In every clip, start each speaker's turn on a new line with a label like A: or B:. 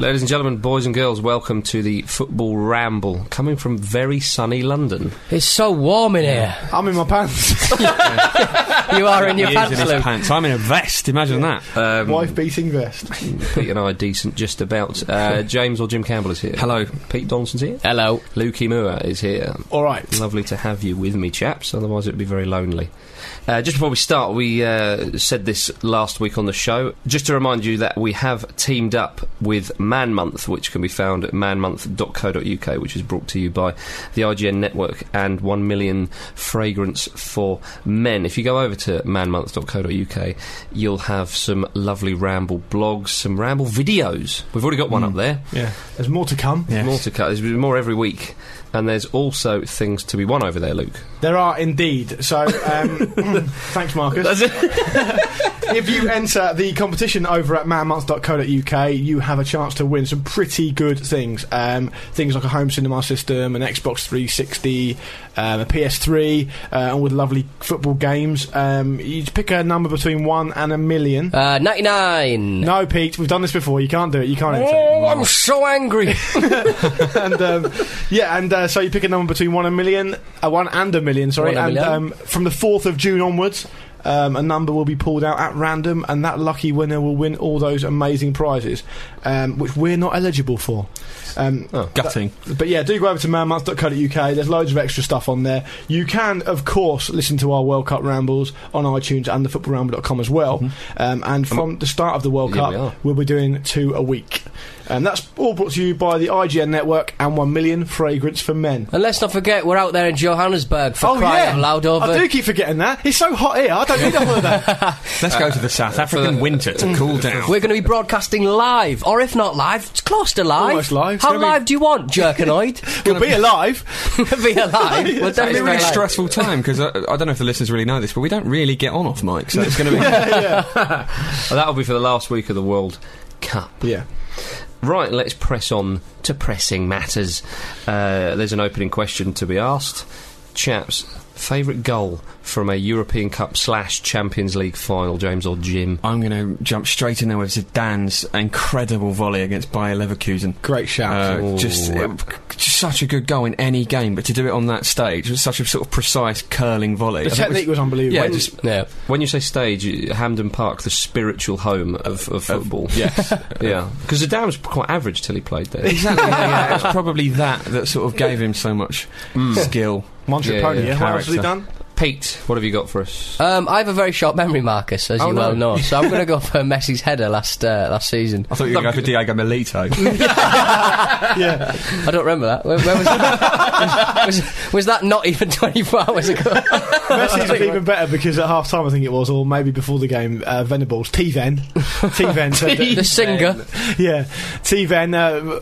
A: Ladies and gentlemen, boys and girls, welcome to the Football Ramble, coming from very sunny London.
B: It's so warm in here.
C: I'm in my pants.
B: You are in your pants,
D: in his
B: Luke.
D: pants. I'm in a vest. Imagine that.
C: Wife beating vest.
A: Uh, Pete and I are decent just about. Uh, James or Jim Campbell is here. Hello. Pete Donson's here.
B: Hello.
A: Lukey Moore is here.
C: All right.
A: Lovely to have you with me, chaps. Otherwise, it would be very lonely. Uh, just before we start, we uh, said this last week on the show. Just to remind you that we have teamed up with Man Month, which can be found at manmonth.co.uk, which is brought to you by the IGN Network and 1 Million Fragrance for Men. If you go over to manmonth.co.uk, you'll have some lovely ramble blogs, some ramble videos. We've already got one up there.
C: Yeah. There's more to come.
D: Yes.
A: More to cut. There's more every week. And there's also things to be won over there, Luke.
C: There are indeed. So, um, thanks, Marcus. if you enter the competition over at manmonths.co.uk, you have a chance to win some pretty good things. Um, things like a home cinema system, an Xbox 360, um, a PS3, uh, all with lovely football games. Um, you just pick a number between one and a million.
B: Uh, 99.
C: no, Pete, we've done this before. You can't do it. You can't enter.
B: Oh, I'm so angry.
C: and um, yeah, and uh, so you pick a number between one and million, uh, one and a million, sorry,
B: One and a
C: and
B: million.
C: um, from the fourth of June onwards. Um, a number will be pulled out at random, and that lucky winner will win all those amazing prizes, um, which we're not eligible for. Um,
D: Gutting.
C: but yeah, do go over to manmonth.co.uk. There's loads of extra stuff on there. You can, of course, listen to our World Cup rambles on iTunes and thefootballramble.com as well. Um, and from the start of the World
A: Here
C: Cup,
A: we are.
C: we'll be doing two a week. And that's all brought to you by the IGN Network and 1 Million Fragrance for Men.
B: and let's not forget, we're out there in Johannesburg for crying out Oh, loud
C: Oh, I
B: over.
C: do keep forgetting that. It's so hot here. I don't need a holiday.
D: Let's go to the South African winter to cool down.
B: We're going to be broadcasting live, or if not live, it's close to live.
C: Almost live.
B: How
C: It's gonna be-
B: live do you want, Jerkanoid?
C: We'll be alive.
B: be alive. We'll
D: It's going to be
B: definitely
D: a really
B: alive.
D: stressful time because I, I don't know if the listeners really know this, but we don't really get on off mic, so it's going to be.
A: And that'll be for the last week of the World Cup.
C: Yeah.
A: Right, let's press on to pressing matters. Uh, there's an opening question to be asked. Chaps, favourite goal from a European Cup slash Champions League final, James or Jim?
D: I'm going to jump straight in there with Zidane's incredible volley against Bayer Leverkusen.
C: Great shout.
D: Uh, just,
A: Ooh.
D: it- just such a good goal in any game, but to do it on that stage was such a sort of precise curling volley.
C: the
D: I think it was-
C: technique was unbelievable.
D: yeah, just
B: Yeah.
A: When you say stage, you- Hampden Park, the spiritual home of, of football.
D: yes,
A: yeah. Because Zidane was quite average till he played there.
D: exactly. yeah, it was probably that that sort of gave him so much skill.
C: Monster
A: Yeah,
C: pony.
A: yeah,
C: Yeah, What else has he
D: character.
C: done?
A: Pete, what have you got for us?
B: Um, I have a very short memory, Marcus, as
A: Oh,
B: you
A: no.
B: well know. So I'm going to go for Messi's header last uh, last season.
D: I thought you were going to go for Diego Milito.
C: Yeah.
B: I don't remember that. Where, where was, was, was, was that not even 24 hours ago?
C: Messi was even better because at half time, I think it was, or maybe before the game, uh, Venables, T Ven. T Ven said
B: the
C: that.
B: singer.
C: Yeah. T Ven. Uh,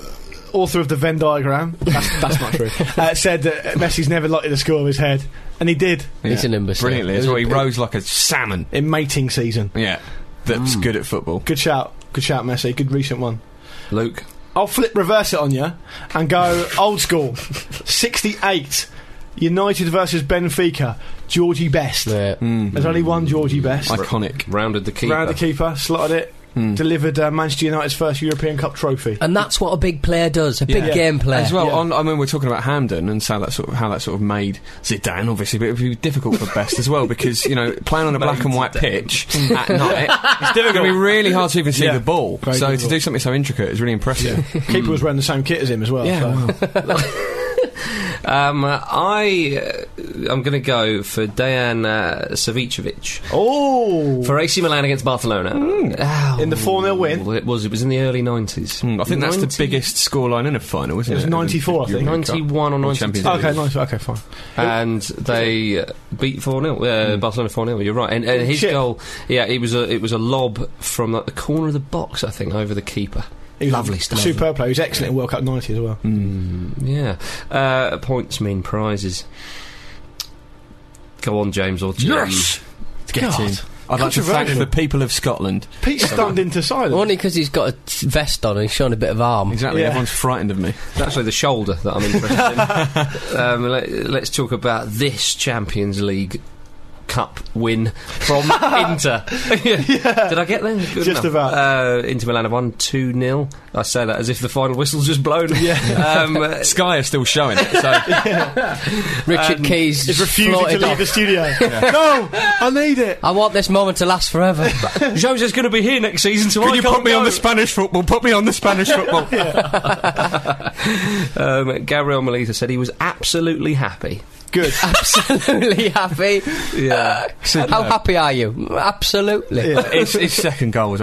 C: Author of the Venn diagram, that's, that's not true, uh, said that Messi's never likely to score with his head, and he did
B: He's an imbecile.
D: Brilliantly,
B: It was
D: as well.
B: a
D: He
B: bit-
D: rose like a salmon.
C: in mating season.
D: Yeah, that's
C: Hmm.
D: good at football.
C: Good shout, good shout, Messi, good recent one.
A: Luke?
C: I'll flip reverse it on you and go old school. 68, United versus Benfica, Georgie Best.
B: Yeah.
C: There's only one Georgie Best.
D: Iconic.
A: Rounded the keeper.
C: Round the keeper, slotted it, delivered uh, Manchester United's first European Cup
B: Oh,
C: trophy.
E: And that's what a big player does, a big
C: Yeah.
E: game player.
D: As well, on, I mean, we're talking about Hamden and so that sort of how that sort of made Zidane, obviously, but it would be difficult for Best as well because you know playing on a black and white pitch at night, it's difficult. It'd be really hard to even see
C: Yeah.
D: the ball.
C: Very
D: so
C: difficult.
D: to do something so intricate is really impressive.
C: Keeper was wearing the same kit as him as well.
D: Yeah,
C: so.
D: wow.
A: Um, uh, I uh, I'm going to go for Dejan uh, Savicevic
C: Oh,
A: for AC Milan against Barcelona. Ow.
C: in the 4 0 win.
A: Well, it was. It was in the early nineties.
D: Mm, I think that's the biggest scoreline in a final, isn't it?
C: It was 94, I think.
A: Ninety-one or ninety-two.
D: Champions League.
C: Okay, nice. Okay, fine.
A: and they uh, beat four 0 uh,
D: Hmm.
A: Barcelona four 0 You're right, and, and his
C: Shit.
A: goal, yeah, it was a it was a lob from like, the corner of the box, I think, over the keeper.
C: He was
A: Lovely
C: a
A: stuff.
C: Superb player. He was excellent in World Cup 90 as well.
A: Yeah, uh, points mean prizes. Go on, James or Jim.
D: Yes! Get in. I'd like to thank
C: Controversial.
D: the people of Scotland.
C: Pete stunned into silence.
B: Only because he's got a t- vest on and he's showing a bit of arm.
D: Exactly,
C: Yeah.
D: everyone's frightened of me.
A: It's actually the shoulder that I'm interested in. Um, let, let's talk about this Champions League Cup win from Inter. Yeah. Did I get there? Good enough.
C: Just about.
A: Uh, Inter Milan have won 2 0. I say that as if the final whistle's just blown. Yeah. um, uh,
D: Sky are still showing it, so
B: Richard Keys
C: Um, He's refusing to
B: floated
C: leave
B: off.
C: the studio. No, I need it.
B: I want this moment to last forever.
A: Jose's going to be here next season, so
D: Can
A: I
D: you
A: can't
D: put me on
A: go.
D: the Spanish football? Put me on the Spanish football.
A: Um, Gabriel Melita said he was absolutely happy.
C: Good.
B: Absolutely happy. Uh,
A: Yeah.
B: How happy are you? Absolutely.
D: his, his second goal was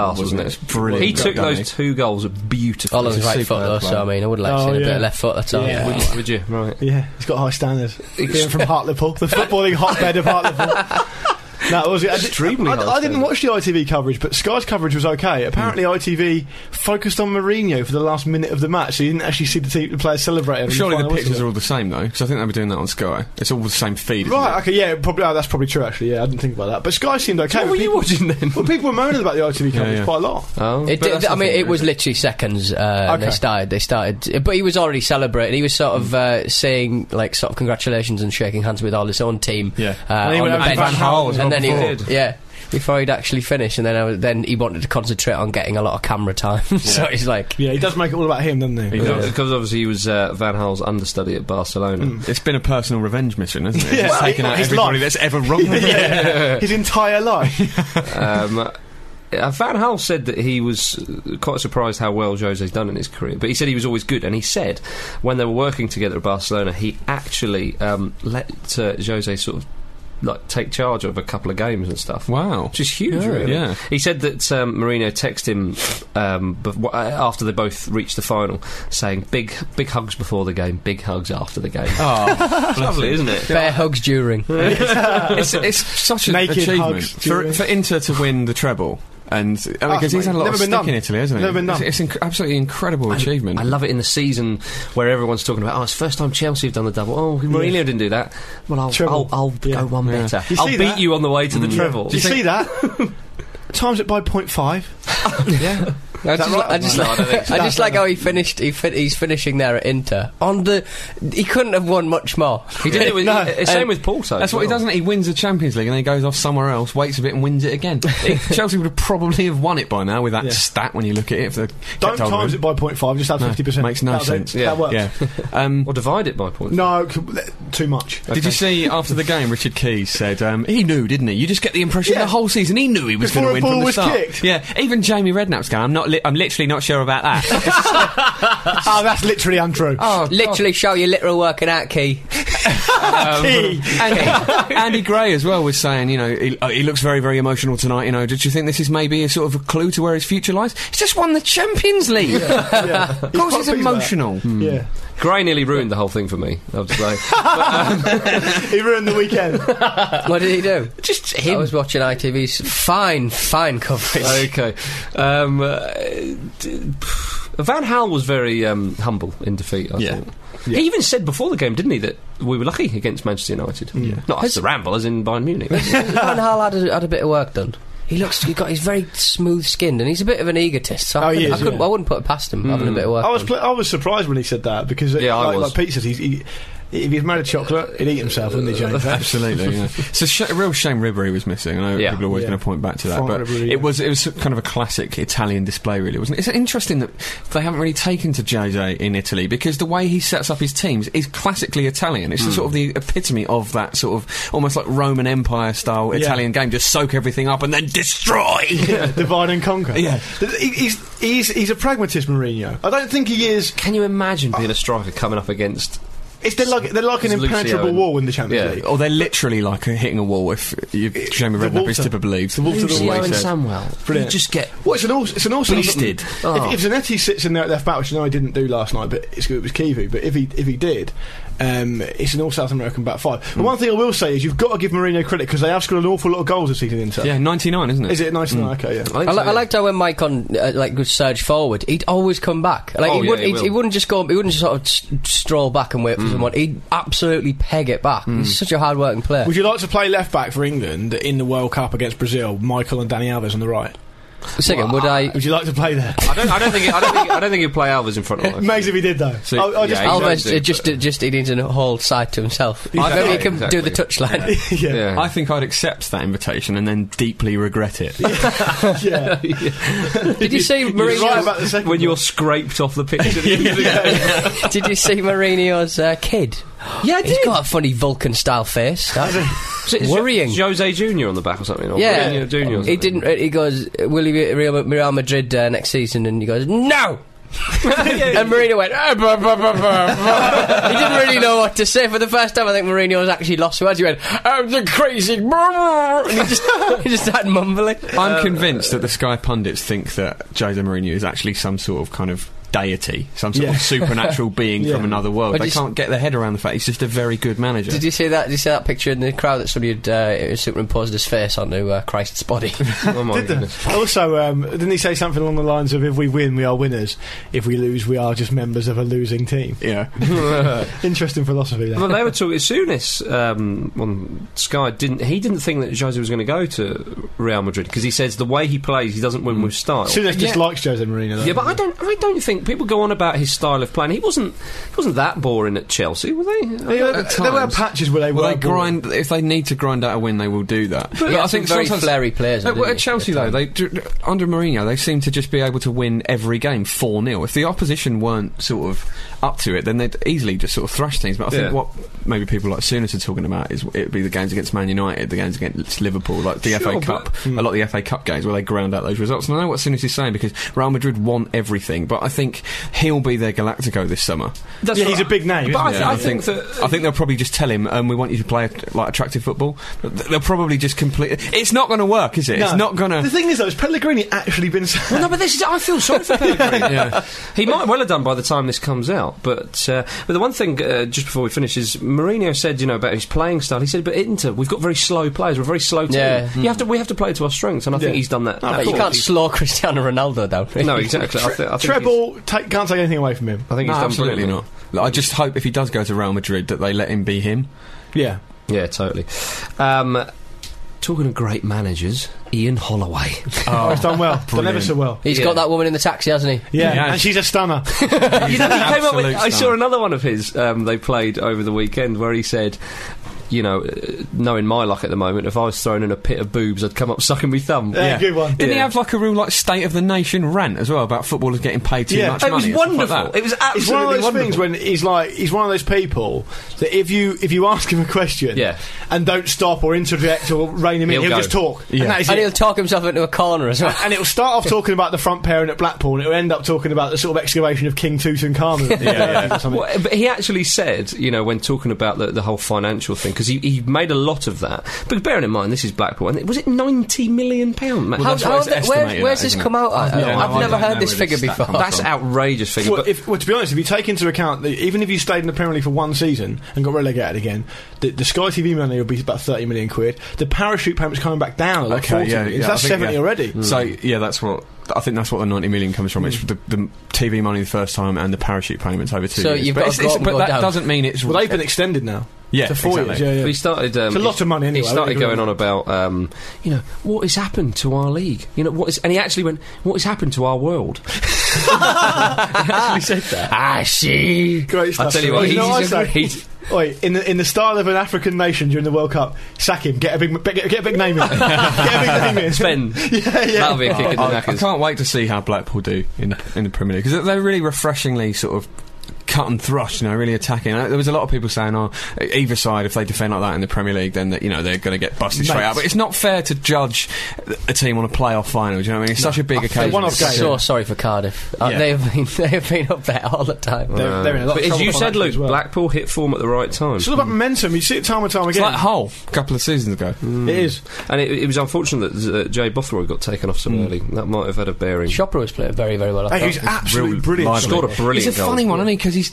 A: Class, wasn't it?
D: It's brilliant.
A: He took
D: Done,
A: those
D: eh?
A: two goals beautifully.
B: All of his right foot, though, so I mean, I would like to
C: Oh,
B: see a bit
C: yeah.
B: of left foot, that's all.
C: Yeah.
A: Would, would you? Right.
C: Yeah, he's got high standards. Being from Hartlepool, the footballing hotbed of Hartlepool. That was it. I did-
A: Extremely
C: I,
A: high
C: I didn't
A: standards.
C: watch the ITV coverage, but Sky's coverage was okay. Apparently,
A: Hmm.
C: ITV focused on Mourinho for the last minute of the match, so you didn't actually see the, team, the players celebrating.
D: Surely the pictures are all the same though, because I think they were doing that on Sky. It's all the same feed. isn't
C: right. Okay, yeah, probably oh, that's probably true. Actually, yeah, I didn't think about that. But Sky seemed okay.
A: What
C: with
A: were you
C: people-
A: watching then?
C: Well, people were moaning about the ITV coverage
D: yeah.
C: quite a lot.
A: Oh.
B: It
D: But
B: did,
D: that's
B: I
D: the
B: mean,
D: thing,
B: it was
D: isn't
B: literally seconds. Uh, and They
C: Okay. Mm.
B: started. They started, but he was already celebrating. He was sort of uh, saying like sort of congratulations and shaking hands with all his own team.
D: Yeah.
B: uh,
C: And he
B: on
C: went
B: the
C: over to
B: bench.
C: Van Gaal
B: and
C: as well
B: then he
C: before.
B: did. Yeah, before he'd actually finish, and then I, was- then he wanted to concentrate on getting a lot of camera time. so he's like,
C: Yeah, he does make it all about him, doesn't he?
A: Because because obviously he was uh, Van Hal's understudy at Barcelona.
D: it? It's been a personal revenge mission, hasn't it?
C: Yeah.
D: It's taken out
C: His
D: everybody
C: life.
D: that's ever wronged him.
C: Yeah. His entire life.
A: Um, uh, Van Hal said that he was uh, quite surprised how well Jose's done in his career, but he said he was always good. And he said when they were working together at Barcelona, he actually um, let uh, Jose sort of like take charge of a couple of games and stuff.
D: Wow.
A: Which is huge,
D: Yeah,
A: really.
D: yeah.
A: He said that um, Mourinho texted him um, bef- uh, after they both reached the final, saying big, big hugs before the game, big hugs after the game.
D: Oh,
A: Lovely, isn't it?
B: bear hugs during.
D: it's, it's such an
C: Naked
D: achievement
C: hugs
D: for,
C: during-
D: for Inter to win the treble, and because I mean, 'cause he's had a lot
C: Never
D: of
C: been
D: stick
C: done.
D: in Italy, hasn't he?
C: Never been done.
D: It's, it's inc- absolutely incredible achievement.
A: I
C: Mm-hmm.
A: love it in the season where everyone's talking about, oh, it's first time Chelsea have done the double. Oh, Mourinho didn't do that. Well, I'll, I'll,
C: Treble.
A: I'll
C: Yeah.
A: go one
D: Yeah.
A: better.
C: You
A: I'll
C: see
A: beat
C: that?
A: you on the way to the treble.
C: Do you see that? Times it by 0.5.
D: yeah.
B: I just,
C: right?
B: I just,
C: No,
B: like, I just like how he finished. He fin- he's finishing there at Inter on the. He couldn't have won much more.
A: He did it with,
C: No. Um,
A: it's same with Porto.
D: That's
A: as
D: what he
A: well.
D: does, not He wins the Champions League and then he goes off somewhere else, waits a bit and wins it again. Chelsea would have probably have won it by now with that
C: Yeah.
D: stat when you look at it. If they
C: Don't times it by 0.5, just add 50%.
D: makes no
C: That'll do.
D: sense.
C: That
A: Yeah.
C: works.
D: Yeah. Um,
A: Or divide it by points.
C: No, c- th- too much.
D: Did you see after the game, Richard Keys said um, he knew, didn't he? You just get the impression
C: Yeah.
D: the whole season he knew he was
C: Before
D: going to
C: a
D: win
C: ball
D: from the
C: was
D: start.
C: kicked.
D: Yeah, even Jamie Redknapp's going. I'm not. Li- I'm literally not sure about that.
C: oh, that's literally Andrew.
D: oh,
B: Literally, show your literal working out key.
C: Key.
D: Andy, Andy Gray as well was saying, you know, he, oh, he looks very, very emotional tonight. You know, did you think this is maybe a sort of a clue to where his future lies? He's just won the Champions League.
C: Yeah. quite
D: Of course, he's
C: pleased with that. Hmm.
D: emotional.
C: Yeah.
A: Gray nearly ruined the whole thing for me, I have to say.
C: He ruined the weekend.
B: What did he do?
A: Just
B: I
A: him.
B: was watching ITV's fine, fine coverage.
A: okay. Um, uh, d- Van Hal was very um, humble in defeat, I
D: Yeah.
A: thought. He even said before the game, didn't he, that we were lucky against Manchester United. Not as the ramble, as in Bayern Munich.
B: Van Hal had a, had a bit of work done. He looks. He got. He's very smooth skinned, and he's a bit of an egotist. So
C: Oh,
B: I,
C: he
B: couldn't-
C: is,
B: I, couldn't,
C: yeah. Hmm.
B: I wouldn't put it past him having a bit of work.
C: I was
B: done.
C: pl- I was surprised when he said that because uh,
A: Yeah, I
C: like,
A: was.
C: like Pete said, he's, he If he'd made a chocolate, he'd eat himself, wouldn't he, James?
D: Absolutely, yeah. It's a, sh- a real shame Ribery was missing. I know
A: Yeah.
D: people are always
C: Yeah.
D: going to point back to that,
C: Fine
D: but
C: Ribery, yeah.
D: it was it was kind of a classic Italian display, really, wasn't it? It's interesting that they haven't really taken to JJ in Italy because the way he sets up his teams is classically Italian.
C: Hmm.
D: It's sort of the epitome of that sort of almost like Roman Empire style
C: Yeah.
D: Italian game. Just soak everything up and then destroy.
C: Divide and conquer.
D: Yeah.
C: Th- he- he's, he's, he's a pragmatist, Mourinho. I don't think he is.
A: Can you imagine being a striker coming up against?
C: It's they're like they're like an
A: It's Lucio
C: impenetrable
A: and-
C: wall in the Champions
A: Yeah.
C: League.
D: or they're literally like uh, hitting a wall if you, Jamie
C: the
D: Redknapp
C: wall
D: is
C: to-
D: to be believed.
C: The wall to the
A: Lucio
C: wall.
A: and
C: he said.
A: Samwell.
C: Brilliant.
A: You just get
C: Well, it's an awesome. It's an awesome.
D: Beasted.
A: Oh.
C: If, if Zanetti sits in there at left back, which I know he didn't do last night, but it's, it was Kivu. But if he if he did, um, it's an all South American back five. But
A: Hmm.
C: one thing I will say is you've got to give Mourinho credit because they have scored an awful lot of goals this season. Inter.
D: Yeah, ninety nine, isn't it?
C: Is it nice?
A: Hmm.
C: Mm. Okay. Yeah.
A: I,
B: I,
A: think
B: li-
A: so,
B: I liked how when Mike on uh, like would surge forward, he'd always come back. Like
A: Oh,
B: he,
A: yeah,
B: wouldn't,
A: he
B: he,
A: will.
B: wouldn't just go. He wouldn't just sort of st- stroll back and
C: Hmm.
B: wait for someone. He'd absolutely peg it back. He's such a hard working player.
C: Would you like to play left back for England in the World Cup against Brazil? Michael and Danny Alves on the right.
B: Second, would I?
C: Would you like to play there?
A: I don't. I don't think. I don't think. I don't think he'd play Alves in front of. him.
C: Amazing if he did though.
A: So-
C: I, I just,
A: yeah,
B: Almost
A: Exactly.
B: uh, just uh, just he needs a whole side to himself.
A: Exactly.
B: Maybe he can do the
A: Exactly.
B: touchline.
C: yeah. yeah.
A: Yeah.
D: I think I'd accept that invitation and then deeply regret it.
B: Did you see
C: You're right
B: Mourinho?
C: about the second
A: when
C: one.
A: you're scraped off the pitch. at the end of the game.
B: Did you see Mourinho's uh, kid?
D: yeah, I
B: He's got a funny Vulcan style face. That's worrying.
A: Is Jose Junior on the back or something. Or
B: Yeah,
A: Mourinho Junior. or
B: he
A: something?
B: didn't. uh, He goes, "Will he be at Real, Real Madrid uh, next season?" And he goes, "No." and Mourinho went. "Ah, bah, bah, bah, bah, bah." he didn't really know what to say. For the first time, I think Mourinho's actually lost words. He went, "I'm the crazy," brr, brr," and he just he just started mumbling.
D: I'm convinced that the Sky pundits think that Jose Mourinho is actually some sort of kind of deity, some sort
C: Yeah.
D: of supernatural being
C: Yeah.
D: from another world.
B: But
D: They
B: it's-
D: can't get their head around the fact he's just a very good manager.
B: Did you see that? Did you see that picture in the crowd that somebody had uh, superimposed his face onto uh, Christ's body?
A: Oh my
C: Did
A: goodness.
C: they? Also, um, didn't he say something along the lines of, "If we win, we are winners. If we lose, we are just members of a losing team."
D: yeah.
C: Interesting philosophy. There.
A: Well, they were talking. Souness um, on Sky didn't. He didn't think that Jose was going to go to Real Madrid because he says the way he plays, he doesn't
C: Hmm.
A: win with style.
C: Soon as
D: Yeah.
C: dislikes Jose Mourinho. though.
A: Yeah, but I don't. I don't think people go on about his style of playing. He wasn't. He wasn't that boring at Chelsea, were they?
C: They were-
D: At
C: there were
D: times.
C: patches where they were
D: Well, they
C: boring.
D: grind if they need to grind out a win, they will do that. But
B: Yeah, some very flary players,
D: No,
B: didn't
D: well, at
B: he,
D: Chelsea
B: at
D: though,
B: times?
D: they d- under Mourinho, they seem to just be able to win every game four 0 If the opposition weren't sort of up to it, then they'd easily just sort of thrash things. But I
A: Yeah.
D: think what maybe people like Sooners are talking about is it would be the games against Man United, the games against Liverpool, like the
A: Sure,
D: FA
A: but- Hmm.
D: Cup, a lot of the FA Cup games where they ground out those results. And I know what Sooners is saying because Real Madrid want everything, but I think he'll be their Galactico this summer.
A: That's
C: Yeah,
A: what
C: he's a big name,
A: But I,
C: isn't
A: th-
C: he?
A: I
C: Yeah.
A: think that.
D: I think they'll probably just tell him, um, "We want you to play like attractive football." But th- They'll probably just complete. It's not going to work, is it? It's
C: No.
D: not going
C: The
D: to.
C: thing is, though, has Pellegrini actually been?
A: Well, no, but this is. I feel sorry for Pellegrini. He might well have done by the time this comes out. But uh, but the one thing uh, just before we finish is Mourinho said, you know, about his playing style. He said, but Inter, we've got very slow players. We're a very slow team.
B: Yeah.
A: You have to. We have to play to our strengths, and I think
C: Yeah.
A: he's done that.
B: But you can't slow Cristiano Ronaldo down.
A: No, exactly. I, th- I think he's-
C: Treble take, can't take anything away from him.
A: I think
D: No,
A: he's done
D: absolutely
A: brilliantly.
D: not. Like, I just hope if he does go to Real Madrid that they let him be him.
C: Yeah.
A: Yeah, totally. Um, talking of great managers, Ian Holloway.
C: Oh, he's done well. done ever
D: brilliant.
C: so well.
B: He's
A: Yeah.
B: got that woman in the taxi, hasn't he?
C: Yeah,
D: Yeah.
C: and she's a stunner.
A: you know, he came up with,
D: Absolute
A: I saw
D: star.
A: another one of his um, they played over the weekend where he said, you know, uh, knowing my luck at the moment, if I was thrown in a pit of boobs, I'd come up sucking me thumb.
C: Yeah, good one.
D: Didn't he
A: Yeah.
D: have like a real like state of the nation rant as well about footballers getting paid too
C: Yeah.
D: much
A: It was
D: money? and stuff like
A: wonderful.
D: that?
A: it was absolutely
C: It's one of those things
A: wonderful.
C: when he's like he's one of those people that if you if you ask him a question
A: Yeah.
C: and don't stop or interject or rein him in,
A: He'll
C: he'll,
A: go.
C: just talk.
D: Yeah.
C: And that is
B: And
C: it.
B: he'll talk himself into a corner as well.
C: and it'll start off talking about the front pairing at Blackpool, and it'll end up talking about the sort of excavation of King Tutankhamun. yeah, yeah.
A: Well, but he actually said, you know, when talking about the, the whole financial thing, because he, he made a lot of that. But bearing in mind, this is Blackpool, and it, was it ninety million pound? man?
D: Well,
A: How-
D: that's what it's
B: did- where-
D: estimated
B: where's
D: at,
B: this
D: isn't
B: come
D: it?
B: out at?
D: I've no
B: I've
D: idea.
B: never
D: I don't
B: heard
D: know
B: this
D: where
B: figure
D: this stat
B: before.
D: comes
A: that's outrageous figure.
C: Well,
A: but
C: if, well, to be honest, if you take into account that even if you stayed in the Premier League for one season and got relegated again, the, the Sky TV money would be about thirty million quid. The parachute payment's coming back down at like forty million. So
D: I
C: that's
D: think,
C: seventy
D: yeah. Mm.
C: already.
D: So yeah, that's what I think. That's what the ninety million comes from. It's
A: Hmm.
D: the, the TV money the first time and the parachute payments over two
B: So
D: years.
B: you've
D: but
B: got
D: it's-
B: to go
D: it's-
B: up and
D: but
B: go
D: that
B: down.
D: doesn't mean it's
C: well, they've been extended now
D: yeah
C: to four
D: exactly.
C: years. Yeah,
A: But
C: yeah.
A: he started. Um,
C: It's a lot of money anyway,
A: He started
C: don't get me
A: going on about, um, you know, what has happened to our league? You know, what is? And he actually went, "What has happened to our world?" he actually said that.
B: Ah, she.
C: Great stuff.
A: I tell you what,
C: You
A: he's,
C: know what I
A: he's,
C: say?
A: he's,
C: Oi, in the in the style of an African nation during the World Cup, sack him. Get a big get, get a big name in. get a big name in.
A: Spend.
C: Yeah, yeah.
A: That'll be a kick in the
D: I, I
A: knackers.
D: can't wait to see how Blackpool do in in the Premier League because they're really refreshingly sort of cut and thrust, you know, really attacking. Uh, There was a lot of people saying, "Oh, either side, if they defend like that in the Premier League, then that you know they're going to get busted straight
C: Mate.
D: out." But it's not fair to judge a team on a playoff final. Do you know what I mean? It's such a big occasion.
C: one-off
D: It's
C: game.
D: such a-
B: So sorry for Cardiff. Uh,
D: Yeah.
B: They have been they have been up there all the time.
C: They're, they're in a lot
A: But
C: of
A: as
C: trouble
A: you said,
C: financially
A: Luke,
C: as well.
A: Blackpool hit form at the right time.
C: It's all about momentum. You see it time and time
D: It's
C: again.
D: like Hull a couple of seasons ago.
C: it is.
A: And it, it was unfortunate that uh, Jay Bothroyd got taken off so
C: Hmm.
A: early. That might have had a bearing.
B: Chopra was playing very very well. I
C: Hey,
B: thought.
C: he's absolutely
D: real
C: brilliant.
D: lively.
A: Scored a brilliant
D: He's a
A: goal.
D: funny one, isn't he? Because he's.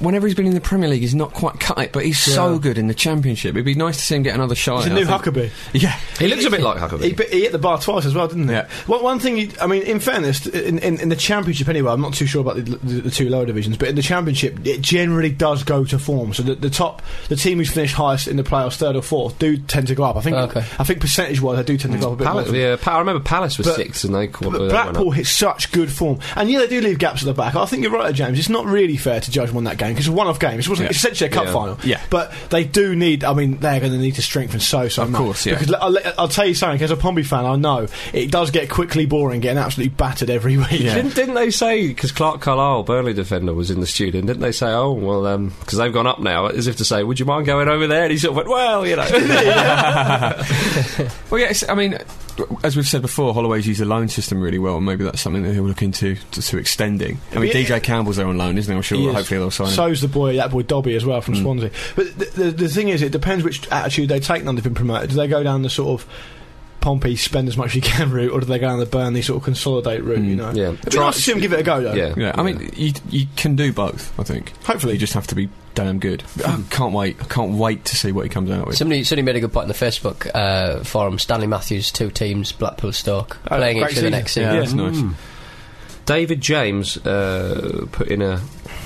D: Whenever he's been in the Premier League, he's not quite cut it, but he's so good in the Championship. It'd be nice to see him get another shot.
C: He's a
D: I
C: new
D: think.
C: Huckabee.
D: Yeah,
A: He looks a bit like
C: He,
A: Huckabee.
C: bit- he hit the bar twice as well, didn't he?
D: Yeah.
C: One, one thing, you, I mean, in fairness, in, in, in the championship anyway, I'm not too sure about the, the, the two lower divisions, but in the championship, it generally does go to form. So the, the top, the team who's finished highest in the playoffs, third or fourth, do tend to go up. I think,
B: Okay.
C: I think percentage-wise, they do tend to go up a bit.
A: Palace,
C: more.
A: yeah, Pa- I remember Palace was
C: But-
A: sixth and they called
C: But Blackpool hit such good form, and yeah, they do leave gaps at the back. I think you're right, James. It's not really fair to judge one that game because it's a one-off game. It wasn't
D: Yeah.
C: it's essentially a cup
A: Yeah.
C: final.
D: Yeah.
C: but they do need. I mean, they're going to need to strengthen so so.
D: Of
C: much.
D: course, yeah.
C: Because l- I'll, I'll tell you something. As a Pompey fan, I know it does get quickly boring, getting absolutely battered every week.
A: Didn't, didn't they say because Clark Carlisle, Burnley defender, was in the studio? Didn't they say, "Oh well," because they've gone up now, as if to say, "Would you mind going over there?" And he sort of went, "Well, you know."
D: Well, yeah, it's, I mean, as we've said before, Holloway's used the loan system really well, and maybe that's something that he'll look into to, to extending. I mean,
C: Yeah.
D: DJ Campbell's there on loan, isn't he? I'm sure.
C: He is.
D: Hopefully, they'll sign him.
C: So's the boy, that boy Dobby as well from Swansea. But the, the, the thing is, it depends which attitude they take. None have been promoted. Do they go down the sort of Pompey spend as much as you can route, or do they go down the Burnley sort of consolidate route? You know,
A: yeah.
C: It'd be
A: Try-
C: nice to see 'em give it a go though.
A: yeah,
D: Yeah, I mean, you you can do both. I think.
C: Hopefully.
D: you just have to be damn good.
C: Mm.
D: I can't wait. I can't wait to see what he comes out with.
B: Somebody, somebody made a good point in the Facebook uh, forum. Stanley Matthews, two teams, Blackpool, Stoke,
C: Oh,
B: playing each
C: great
B: other
C: season.
B: next
D: yeah,
B: season.
A: mm.
D: that's nice.
A: David James uh, put in a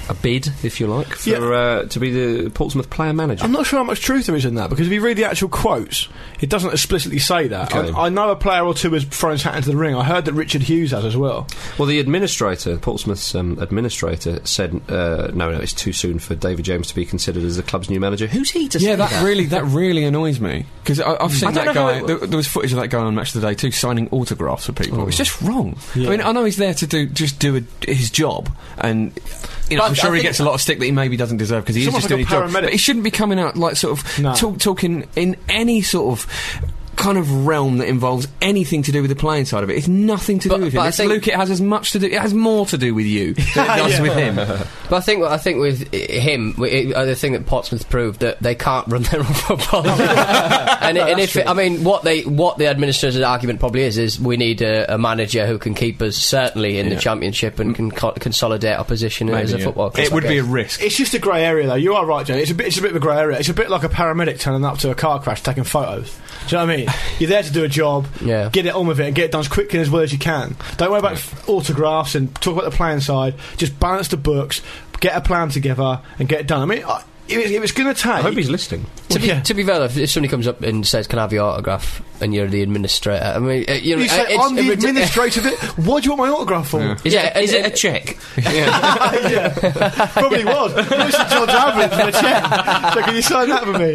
A: a bid, if you like, for
C: Yeah.
A: uh, to be the Portsmouth player manager.
C: I'm not sure how much truth there is in that because if you read the actual quotes, it doesn't explicitly say that.
A: Okay.
C: I, I know a player or two has thrown his hat into the ring. I heard that Richard Hughes has as well.
A: Well, the administrator, Portsmouth's um, administrator, said, uh, "No, no, it's too soon for David James to be considered as the club's new manager." Who's he to
D: Yeah,
A: say
D: that,
A: that?
D: really that really annoys me because I've seen
A: I don't
D: that
A: know how
D: guy.
A: it-
D: There, there was footage of that guy on Match of the Day too, signing autographs for people. It's just wrong. I mean, I know he's there to do just do a, his job, and you know,
B: But
D: I'm
B: I
D: sure he
B: think-
D: gets a lot of stick that he maybe doesn't deserve because he is
C: It's
D: just
C: almost
D: doing
C: like
D: his
C: a
D: job.
C: paramedic.
D: But he shouldn't be coming out like sort of
C: No.
D: talk, talking in any sort of. Kind of realm that involves anything to do with the playing side of it. It's nothing to
B: But-
D: do with
B: but
D: him.
B: I
D: It's
B: think-
D: Luke. It has as much to do. It has more to do with you than it does with him.
B: But I think I think with i- him, wi- i- uh, the thing that Portsmouth proved that they can't run their own football. and and if it, I mean what they what the administrator's argument probably is is we need a, a manager who can keep us certainly in
D: Yeah.
B: the championship and can co- consolidate our position as a
D: yeah.
B: football. club,
D: it would
B: I
D: be a
B: guess.
D: risk.
C: It's just a grey area, though. You are right, Jane. It's a bit. It's a bit of a grey area. It's a bit like a paramedic turning up to a car crash taking photos. Do you know what I mean? You're there to do a job.
B: Yeah.
C: Get it on with it and get it done as quickly and as well as you can. Don't worry about f- autographs and talk about the playing side. Just balance the books, get a plan together, and get it done. I mean, I, if, it's, if it's going to take,
A: I hope he's listening.
B: To be,
C: Yeah.
B: to be fair, though, if if somebody comes up and says, "Can I have your autograph?" and you're the administrator, I mean, uh, you know,
C: you
B: uh,
C: say
B: it's
C: I'm the
B: a ridic-
C: administrator of it. What do you want my autograph for?
B: Is yeah, it, is it
A: a check?
C: yeah, probably was. Most of George Abbott for the check. So can you sign that for me?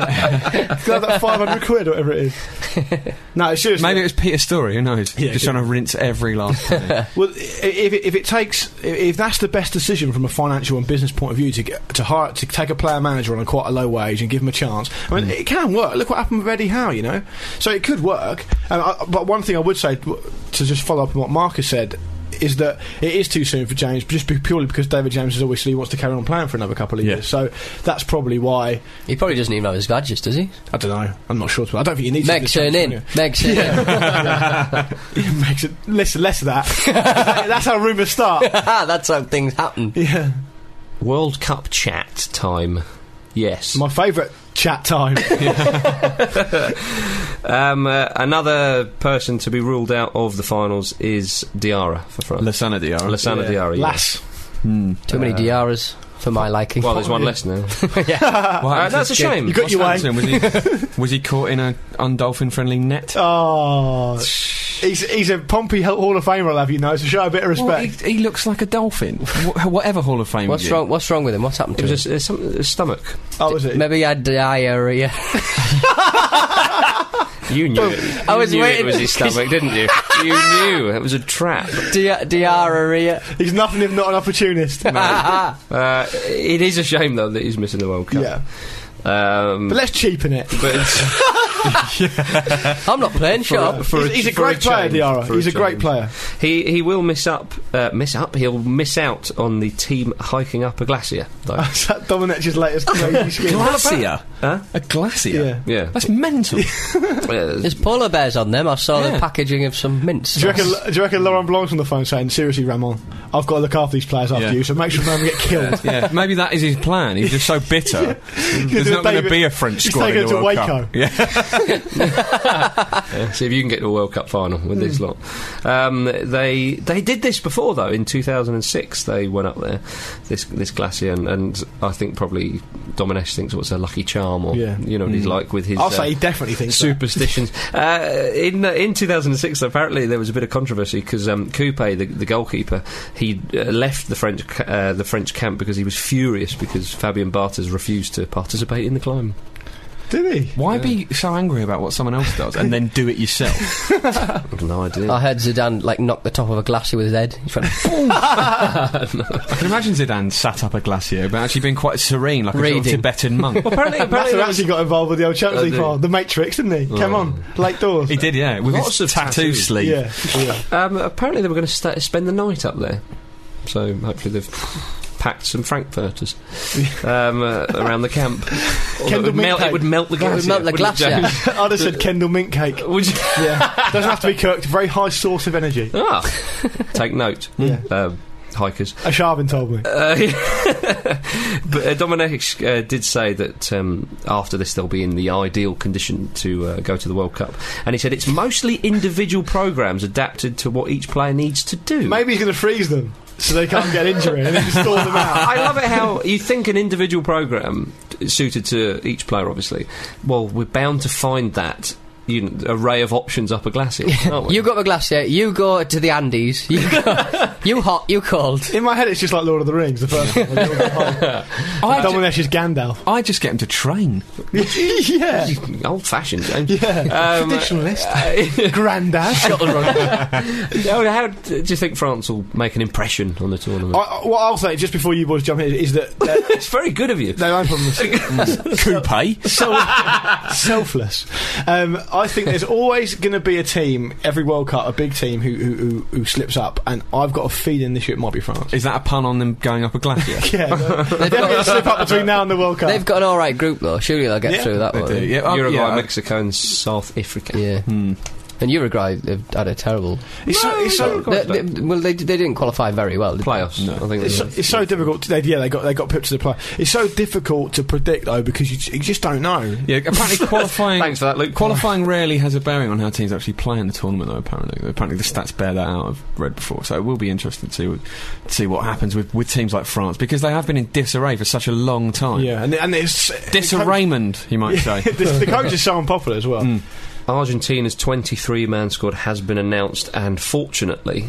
C: Got that five hundred quid, or whatever it is. No, seriously.
D: Maybe it was Peter Story. Who knows?
C: Yeah,
D: just
C: yeah.
D: trying to rinse every last. penny.
C: well, i- if it, if it takes, i- if that's the best decision from a financial and business point of view to get, to hire to take a player manager on a quite a low wage and give him a chance, I mean, it can work. Look what happened with Eddie Howe, you know. So it could work. Um, I, but one thing I would say w- to just follow up on what Marcus said. Is that it is too soon for James, just be- purely because David James is obviously wants to carry on playing for another couple of
D: Yeah.
C: years. So that's probably why
B: he probably doesn't even have his badges, does he?
C: I don't know. I'm not sure. I don't think you need
B: Meg
C: to.
B: turn in, Meg turn in.
C: Meg's less less of that. That's how rumours start.
B: That's how things happen.
C: Yeah.
A: World Cup chat time. Yes.
C: My favourite chat time.
A: Um, uh, another person to be ruled out of the finals is Diarra for France.
D: Lasana Diarra.
A: Lasana Diarra. yeah.
C: Lass.
D: Hmm.
B: Too many Diaras for my liking.
A: Well, there's one less now.
D: Why-
A: Uh, that's a shame.
C: You got your way.
D: Oh, Was he, was he caught in an undolphin friendly net?
C: Oh. he's, he's a Pompey Hall of Famer, I'll have you know, so show a bit of respect.
D: Well, he, he looks like a dolphin. Wh- Whatever Hall of Fame.
B: What's
D: you-
B: wrong? What's wrong with him? What's happened
A: It
B: to him?
A: was a, a, some, a stomach.
C: oh, was it?
B: Maybe he had diarrhea.
A: You knew it.
B: I
A: You
B: was
A: knew
B: waiting
A: It was his stomach, didn't you? You knew it was a trap.
B: Di- diarrhea. Ah,
C: He's nothing if not an opportunist.
A: Uh, it is a shame though that he's missing the World Cup.
C: Yeah.
A: Um,
C: But let's cheapen it.
A: but it's-
B: ah. I'm not playing. Shut up.
A: for
C: he's, he's a
A: for
C: great player,
A: change,
C: Diarra.
A: for
C: He's a great
A: change.
C: player.
A: He he will miss up, uh, miss up. He'll miss out on the team hiking up a glacier. Though.
C: Is that Dominec's latest crazy scheme?
D: Glacier.
A: Huh?
D: A glacier.
C: Yeah.
A: yeah,
D: That's mental.
A: Uh,
B: There's polar bears on them. I saw
D: Yeah.
B: the packaging of some mints.
C: Do you, reckon, do you reckon Laurent Blanc's on the phone saying, seriously, Ramon, I've got to look after these players after
D: Yeah.
C: you, so make sure none of them get killed.
D: yeah, maybe that is his plan. He's just so bitter. Hmm. There's
C: He's
D: not going to
C: David-
D: be a French
C: he's
D: squad in
C: taking
D: the
C: it to
D: World
C: Waco.
D: Cup. Yeah,
A: see if you can get to a World Cup final with this
C: Hmm.
A: lot. Um, they they did this before though. In 2006, they went up there, this this glacier, and, and I think probably Domenech thinks what's a lucky charm, or
C: Yeah. Hmm.
A: you know what he's like with his.
C: I'll
A: uh,
C: say he definitely thinks so.
A: superstitions. uh, in uh, in 2006, apparently there was a bit of controversy because um, Coupe, the, the goalkeeper, he uh, left the French ca- uh, the French camp because he was furious because Fabian Barthez refused to participate in the climb.
C: Did he?
D: why be so angry about what someone else does and then do it yourself?
A: I've no idea.
C: Uh,
B: I heard Zidane like knock the top of a glacier with his head. He's trying to
D: I can imagine Zidane sat up a glacier, but actually being quite serene, like a sort of
B: Reading.
D: Tibetan monk.
A: apparently, apparently
C: That's
A: there
C: actually got involved with the old Champions
A: Oh,
C: League
A: did he?
C: final. The Matrix, didn't he? Come on, late doors.
D: he did, yeah, with
A: Lots
D: his
A: of
D: tattoo
A: tattoos.
D: sleeve.
C: Yeah, yeah.
A: was- um, apparently they were going to sta spend the night up there, so hopefully they've. Packed some frankfurters um, uh, around the camp. Although it,
C: Kendall
A: would melt,
C: Minkow.
A: it would melt the
B: It would
A: glacier.
B: melt the
A: wouldn't it,
B: glacier.
A: James?
C: I'd have said Kendall mint cake.
A: Would you?
C: Yeah, doesn't have to be cooked. Very high source of energy.
A: Ah, take note,
C: Yeah.
A: um, hikers.
C: A Sharvin told me.
A: Uh, but uh, Dominic uh, did say that um, after this they'll be in the ideal condition to uh, go to the World Cup, and he said it's mostly individual programs adapted to what each player needs to do.
C: Maybe he's going to freeze them so they can't get injury and then store them out.
A: I love it how you think an individual program suited to each player. Obviously, well, we're bound to find that you know, array of options up a glacier, aren't we?
B: you go up a glacier. eh? You go to the Andes. You go, you hot. You cold.
C: In my head, it's just like Lord of the Rings, the first one. when they all get high.
D: I, ju-
C: Dominesh is Gandalf.
D: I just get him to train.
C: yeah.
A: old fashioned, James.
C: Yeah.
A: Um,
C: Traditionalist. Grandad.
A: How, Oh, how do you think France will make an impression on the tournament?
C: I, I- what I'll say just before you boys jump in is that uh, they're,
A: it's very good of you.
C: they're unpromising.
D: Coupe.
C: Self- selfless. Um, I think there's always going to be a team, every World Cup, a big team who, who, who, who slips up, and I've got a feeling this year it might be France.
D: Is that a pun on them going up a glacier?
C: Yeah, they're they're
B: got-
C: going to slip up between now and the World Cup.
B: They've got an all right group though. Surely they'll get
C: Yeah,
B: through that
D: They
B: one.
D: do, yeah. Oh,
A: Uruguay,
D: yeah.
A: Mexico, and South Africa.
B: Yeah. And Uruguay have had a terrible.
C: it's so, it's so,
B: They, they, well, they, they didn't qualify very well. Did
A: Playoffs. I think
C: it's so, it's so difficult. To, they, yeah, they got they got pipped to the play. It's so difficult to predict though because you, j- you just don't know.
D: Yeah, apparently qualifying.
A: Thanks for that, Luke.
D: Qualifying rarely has a bearing on how teams actually play in the tournament, though. Apparently, apparently the stats bear that out. I've read before, so it will be interesting to see what- see what happens with, with teams like France because they have been in disarray for such a long time.
C: Yeah, and and it's
D: Disarrayment, you might say.
C: the, the coach is so unpopular as well.
A: Argentina's 23 man squad has been announced, and fortunately.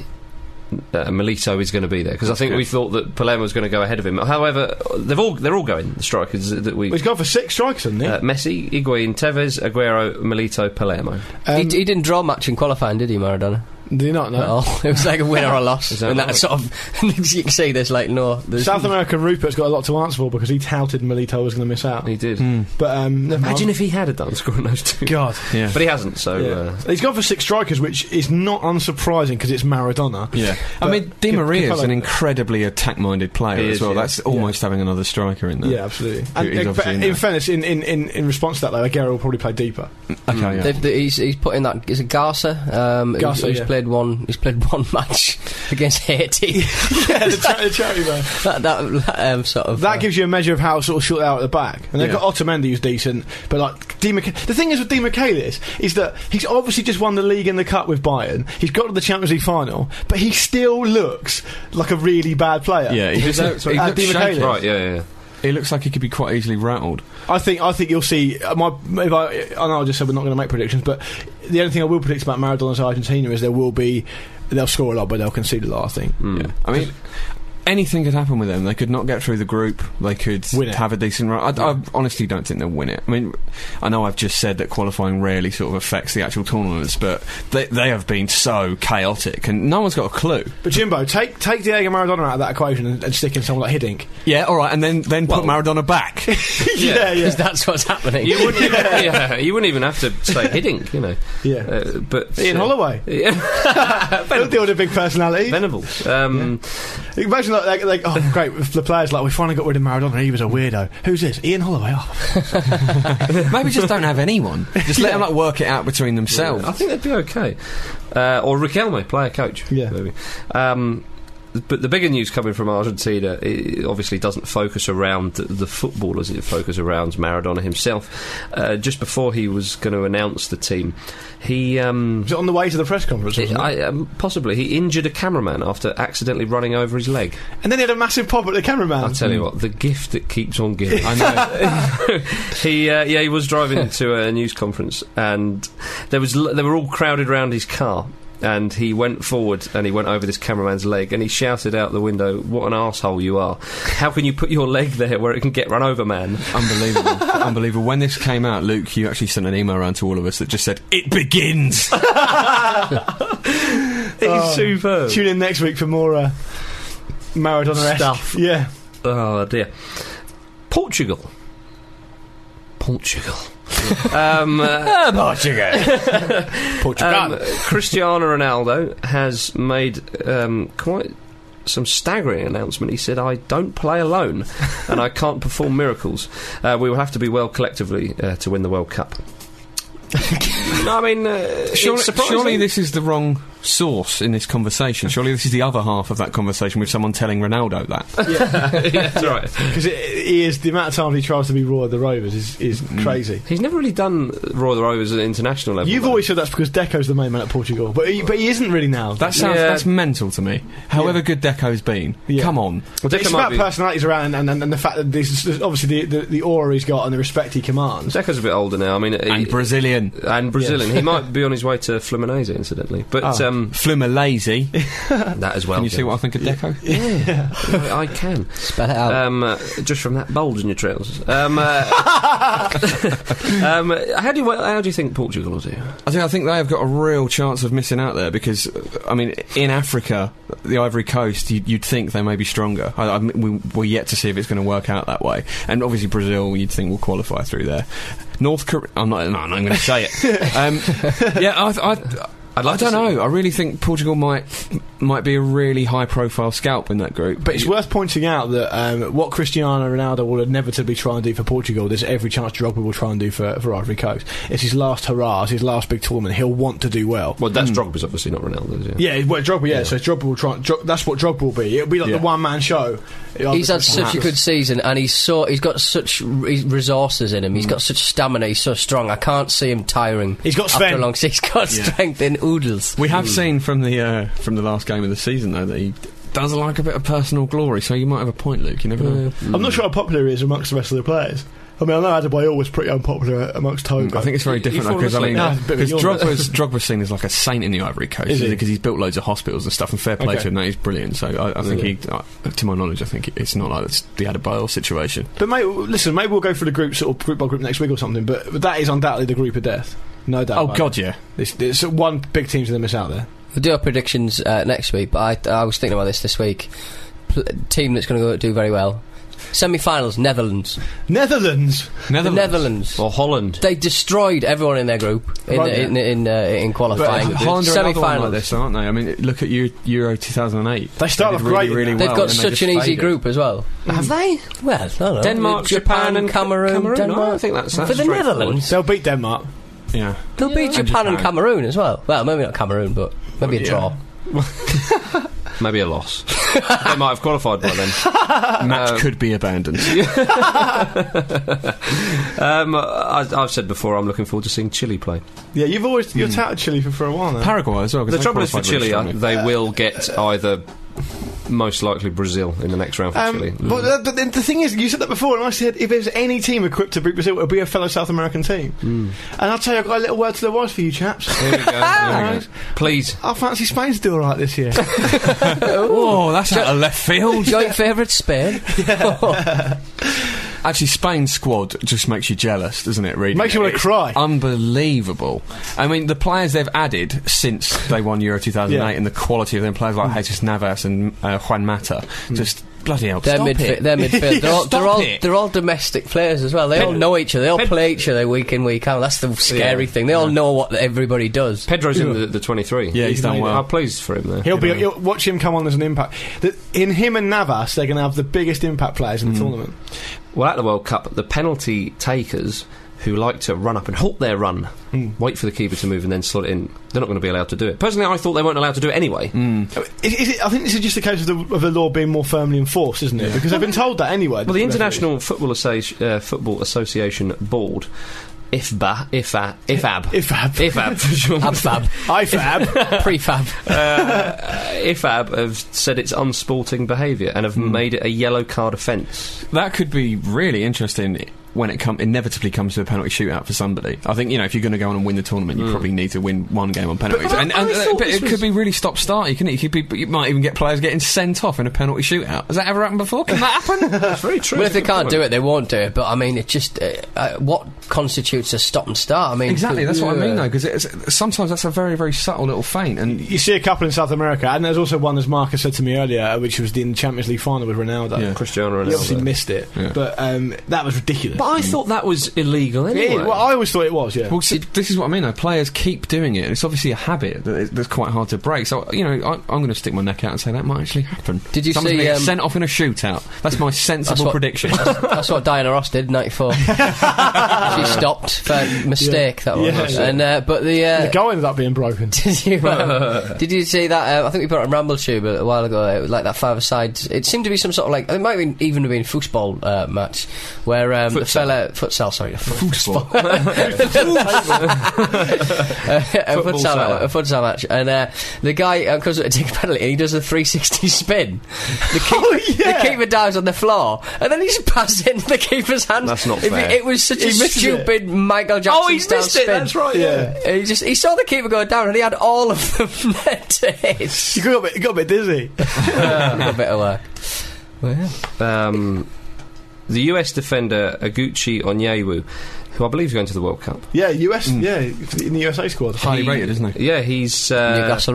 A: Uh, Milito is going to be there because I think
D: good.
A: we thought that Palermo was going to go ahead of him. However, they've all they're all going the strikers that we
C: Well, he's gone for six strikes, hasn't he?
A: uh, Messi, Higuain, Tevez, Aguero, Milito, Palermo.
C: Um,
B: he, he didn't draw much in qualifying, did he, Maradona?
C: do you not
B: At
C: know?
B: all. It was like a win or a loss.
A: Is that
B: and
A: right?
B: that sort of. you can see there's like, no. There's
C: South American Rupert's got a lot to answer for because he touted Milito was going to miss out.
A: He did.
C: But um, never
A: Imagine
C: mind.
A: if he had a done scoring those two.
C: God.
D: Yeah.
A: But he hasn't, so
C: Yeah.
A: uh,
C: He's gone for six strikers, which is not unsurprising because it's Maradona.
D: Yeah, I
C: But
D: mean Di
C: good- good
D: Maria is
C: fellow.
D: an incredibly attack-minded player
A: He
D: as
A: is,
D: well.
A: yeah.
D: That's almost having another striker in there.
C: Yeah, absolutely.
D: He's
C: And, uh, but
D: obviously in
C: in
D: there.
C: fairness, in, in, in, in response to that, though, Aguero will probably play deeper.
A: Mm.
D: Okay. Yeah.
B: They've, they- he's, he's put in that. Is it Garza? Um, who's-
C: Garza,
B: who's
C: yeah.
B: played one. He's played one match against Haiti.
C: yeah, the cha- the charity there.
B: that that um, sort of.
C: That
B: uh,
C: gives you a measure of how sort of short they are at the back. And they've
D: Yeah.
C: got Otamendi, who's decent, but like Di Mica- The thing is with Di Michaelis is that he's obviously just won the league and the cup with Bayern. He's got to the Champions League final, but he still looks like a really bad player.
D: Yeah, he just looks, he
C: Uh,
D: looks
C: Di
D: shaky.
C: Michaelis.
A: right, yeah, yeah, yeah.
D: He looks like he could be quite easily rattled.
C: I think I think you'll see. uh, My, if I, I know I just said we're not going to make predictions, but the only thing I will predict about Maradona's Argentina is there will be they'll score a lot, but they'll concede a lot. I think.
A: Hmm.
D: Yeah. I mean, anything could happen with them. They could not get through the group. They could
C: Win it.
D: have a decent run. I, I honestly don't think they'll win it. I mean, I know I've just said that qualifying rarely sort of affects the actual tournaments, but they, they have been so chaotic and no one's got a clue.
C: But Jimbo, take take Diego Maradona out of that equation and, and stick in someone like Hiddink.
D: Yeah, all right, and then then put Maradona back.
C: yeah, yeah.
B: Because that's what's happening.
A: You wouldn't, even, yeah, you wouldn't even have to say hitting, you know.
C: Yeah.
A: Uh, but
C: Ian
A: uh,
C: Holloway.
A: Yeah.
C: He'll deal with a big personality.
A: Venables. Um,
C: Imagine like, like, like, oh great, if the players like we finally got rid of Maradona. He was a weirdo. Who's this? Ian Holloway. Oh,
D: Maybe just don't have anyone. Just let them like work it out between themselves.
A: I think they'd be okay. Uh, or Riquelme, player coach.
C: Yeah.
A: Maybe. Um, but the bigger news coming from Argentina it obviously doesn't focus around the, the footballers, it focuses around Maradona himself. Uh, just before he was going to announce the team, he. Um,
C: was it on the way to the press conference? Wasn't it?
A: I, um, possibly. He injured a cameraman after accidentally running over his leg.
C: and then he had a massive pop at the cameraman.
A: I'll tell you what, the gift that keeps on giving. I know. he, uh, yeah, he was driving to a news conference, and there was l- they were all crowded round his car. And he went forward and he went over this cameraman's leg and he shouted out the window, "What an asshole you are! How can you put your leg there where it can get run over, man?"
D: Unbelievable. Unbelievable. When this came out, Luke, you actually sent an email around to all of us that just said, It begins!
A: He's superb.
C: Tune in next week for more uh, Maradona
A: Stuff.
C: Yeah.
A: Oh dear. Portugal. Portugal. um, uh,
C: Portugal.
A: um, Cristiano Ronaldo has made um, quite some staggering announcement. He said, "I don't play alone, and I can't perform miracles. Uh, we will have to be well collectively uh, to win the World Cup." no, I mean, uh,
D: Surely,
A: it's surprising.
D: surely this is the wrong source in this conversation. Surely this is the other half of that conversation with someone telling Ronaldo that.
A: Yeah, that's right.
C: Because he is the amount of times he tries to be Roy of the Rovers is, is crazy.
A: He's never really done Royal Rovers at an international level.
C: You've
A: though.
C: always said that's because Deco's the main man at Portugal, but he, but he isn't really now.
D: That sounds
A: Yeah.
D: that's mental to me. However good Deco's been,
C: Yeah.
D: come on.
A: Well, Deco
C: it's
A: might
C: about
A: be-
C: personalities around and, and, and the fact that this is obviously the, the, the aura he's got and the respect he commands.
A: Deco's a bit older now. I mean,
D: And
A: he-
D: Brazilian
A: and Brazilian. he might be on his way to Fluminense, incidentally. But
C: Oh.
A: um,
D: Flimmer lazy.
A: that as well.
D: Uh, Can Ah, you see what I think of Deco?
A: I, I can.
E: Spell it out.
A: Um, uh, just from that bulge in your trousers. Um, uh, um, how do you how do you think Portugal will do?
D: I think I think they have got a real chance of missing out there because uh, I mean in Africa, the Ivory Coast, you, you'd think they may be stronger. I, I mean, we, we're yet to see if it's going to work out that way. And obviously Brazil, you'd think will qualify through there. North Korea, I'm not. No, I'm not going to say it. um, yeah, I. I
A: I'd like
D: I
A: to
D: don't
A: see-
D: know. I really think Portugal might might be a really high profile scalp in that group.
C: But it's worth pointing out that um, what Cristiano Ronaldo will inevitably try and do for Portugal, there's every chance Drogba will try and do for, for Ivory Coast. It's his last hurrah, it's his last big tournament. He'll want to do well.
A: Well, that's Drogba's obviously not Ronaldo's. Yeah.
C: Yeah, well, Drogba, yeah, so Drogba will try. Dro- that's what Drogba will be. It'll be like
D: Yeah.
C: the one man show.
B: He's had such a good season, and he's so he's got such re- resources in him.
A: Mm.
B: He's got such stamina. He's so strong. I can't see him tiring.
C: He's got
B: after a
C: Sven.
B: long. He's got strength in oodles.
D: We have seen from the uh, from the last game of the season though that he does like a bit of personal glory. So you might have a point, Luke. You
A: Uh,
D: never know.
C: I'm not sure how popular he is amongst the rest of the players. I mean, I know Adebayor was pretty unpopular amongst Togo.
D: I think it's very different
A: fall
D: because I
A: asleep.
D: mean,
C: No, it's a bit of a
D: because
C: yawn,
D: Drogba's, Drogba's seen as like a saint in the Ivory Coast
C: Is he?
D: because he's built loads of hospitals and stuff. And fair play
C: Okay.
D: to him, that is brilliant. So I, I think he, uh, to my knowledge, I think it's not like it's the Adebayor situation.
C: But mate, listen, maybe we'll go for the group sort of group by group next week or something. But, but that is undoubtedly the group of death, no doubt.
D: Oh
C: about
D: God, yeah.
C: it. it's, it's one big team's going to miss out there.
B: We'll do our predictions uh, next week, but I, I was thinking about this this week. Pl- team that's going to do very well. Semi-finals, Netherlands.
C: Netherlands.
B: The Netherlands.
A: Or Holland.
B: They destroyed everyone in their group in
C: Right,
B: in, in, uh, in
D: But
B: qualifying.
D: Holland are another one like
B: Semi-finals.
D: this, aren't they? I mean, look at Eu- Euro 2008.
C: They started
D: did
C: off
D: really,
C: great in that.
D: really well.
B: They've got
D: and they
B: such
D: just
B: an easy
D: faded.
B: group as well.
A: Have they?
B: Well, I don't know.
A: Denmark, Japan, and
B: Cameroon.
A: Cameroon. No,
B: Denmark.
A: I think that's- that's
B: for the
A: straightforward.
B: Netherlands.
C: They'll beat Denmark.
D: Yeah,
B: They'll be
D: And
B: Japan, and
D: Japan.
B: Cameroon as well. Well, maybe not Cameroon, but maybe a draw.
A: Maybe a loss. they might have qualified by then.
C: Um,
D: match could be abandoned.
A: Um, I, I've said before, I'm looking forward to seeing Chile play.
C: Yeah, you've always
D: Hmm.
C: you've touted Chile for, for a while now.
D: Paraguay as well. 'cause
A: The
D: they
A: trouble is for
D: qualified really
A: Chile, uh,
D: strongly.
A: they will get either most likely Brazil in the next round for
C: Um,
A: Chile.
C: But
D: Hmm.
C: uh, but then the thing is, you said that before, and I said if there's any team equipped to beat Brazil, it'll be a fellow South American team.
D: Hmm.
C: And I'll tell you, I've got a little word to the wise for you chaps.
A: Here we go, here we go. Please.
C: I fancy Spain to do all right this year.
D: Oh, that's out of left field.
B: Joint favourite Spain.
D: Actually, Spain's squad just makes you jealous, doesn't it? Reading
C: Makes
D: it?
C: you wanna
D: It's
C: cry.
D: Unbelievable. I mean, the players they've added since they won Euro 2008,
C: Yeah.
D: and the quality of them players like Jesus Navas and uh, Juan Mata, just bloody hell.
B: They're
D: stop
B: midfield.
D: it.
B: They're midfield. They're all,
D: Stop
B: they're, all,
D: it.
B: they're all domestic players as well. They all know each other. They all play each other week in week out. That's the scary thing. They all know what everybody does.
A: Pedro's in the, the 23.
D: Yeah, he's done well.
A: I'm pleased for him there.
C: He'll be he'll, watch him come on as an impact. The, in him and Navas, they're going to have the biggest impact players in
B: Mm.
C: the tournament.
A: Well, at the World Cup, the penalty takers who like to run up and halt their run, wait for the keeper to move and then slot it in, they're not going to be allowed to do it. Personally, I thought they weren't allowed to do it anyway.
C: Is, is it, I think this is just a case of the, of the law being more firmly enforced, isn't it? Because they've been told that anyway.
A: Well, the
C: referees.
A: International Football, Associ- uh, Football Association Board, IFBA, IFA, IFAB,
C: IFAB.
A: IFAB, for short.
B: Abfab,
C: IFAB.
B: prefab.
A: IFAB have said it's unsporting behaviour and have made it a yellow card offence.
D: That could be really interesting when it come, inevitably comes to a penalty shootout for somebody. I think, you know, if you're going to go on and win the tournament, you probably need to win one game on penalties.
A: but
D: and
A: I
D: and- uh,
A: thought
D: but
A: this
D: it could
A: was-
D: be really stop start. You, it? you, could be, but you might even get players getting sent off in a penalty shootout. Has that ever happened before? Can that happen?
A: That's very true.
B: Well, if they can't do it, they won't do it. But I mean, it just uh, uh, what constitutes a stop and start? I mean,
D: exactly, that's what I mean,
B: yeah.
D: though, because sometimes that's a very, very subtle little feint. And
C: You see a couple in South America, and there's also one, as Marcus said to me earlier, which was in the Champions League final with Ronaldo.
D: Yeah.
A: Cristiano
C: He obviously
A: Ronaldo.
C: missed it, but um, that was ridiculous.
A: But I thought that was illegal
C: Yeah,
A: anyway.
C: well, I always thought it was, yeah.
D: Well, see, this is what I mean. Though. Players keep doing it. It's obviously a habit that is, that's quite hard to break. So, you know, I, I'm going to stick my neck out and say that might actually happen.
B: Did you
D: Someone's
B: see,
D: gonna get
B: um,
D: sent off in a shootout? That's my sensible
B: what-
D: prediction.
B: That's what Diana Ross did in '94. she stopped for mistake. That was.
C: Yeah, yeah.
B: And uh, but the uh,
C: the goal ended up being broken.
B: Did you, um, did you see that? Uh, I think we put it on Ramble Tube a while ago. It was like that five side. It seemed to be some sort of like. It might even even have been a football uh, match where um, the
A: Futsal.
B: fella futsal. Sorry, Uh,
D: Football.
B: a
A: Football
B: futsal,
A: sala.
B: a futsal match, and uh, the guy comes up to take a penalty, and he does a 360 spin. The keeper,
A: Oh,
B: the keeper dives on the floor, and then he just passes it into the keeper's hands.
A: That's not
B: If
A: fair.
B: It, it was such
C: He
B: a
C: misses
B: stupid Michael Jackson.
A: oh, he's
B: style
A: missed it.
B: spin.
A: That's right.
C: Yeah.
B: And He just he saw the keeper go down, and he had all of them to hit.
C: You got a bit, you got a bit dizzy.
B: a bit of work.
A: Um, the US defender Aguchi Onyewu, who I believe is going to the World Cup.
C: Yeah, US, yeah, in the USA squad.
D: Highly rated, isn't he?
A: Yeah, he's. Uh,
B: Newcastle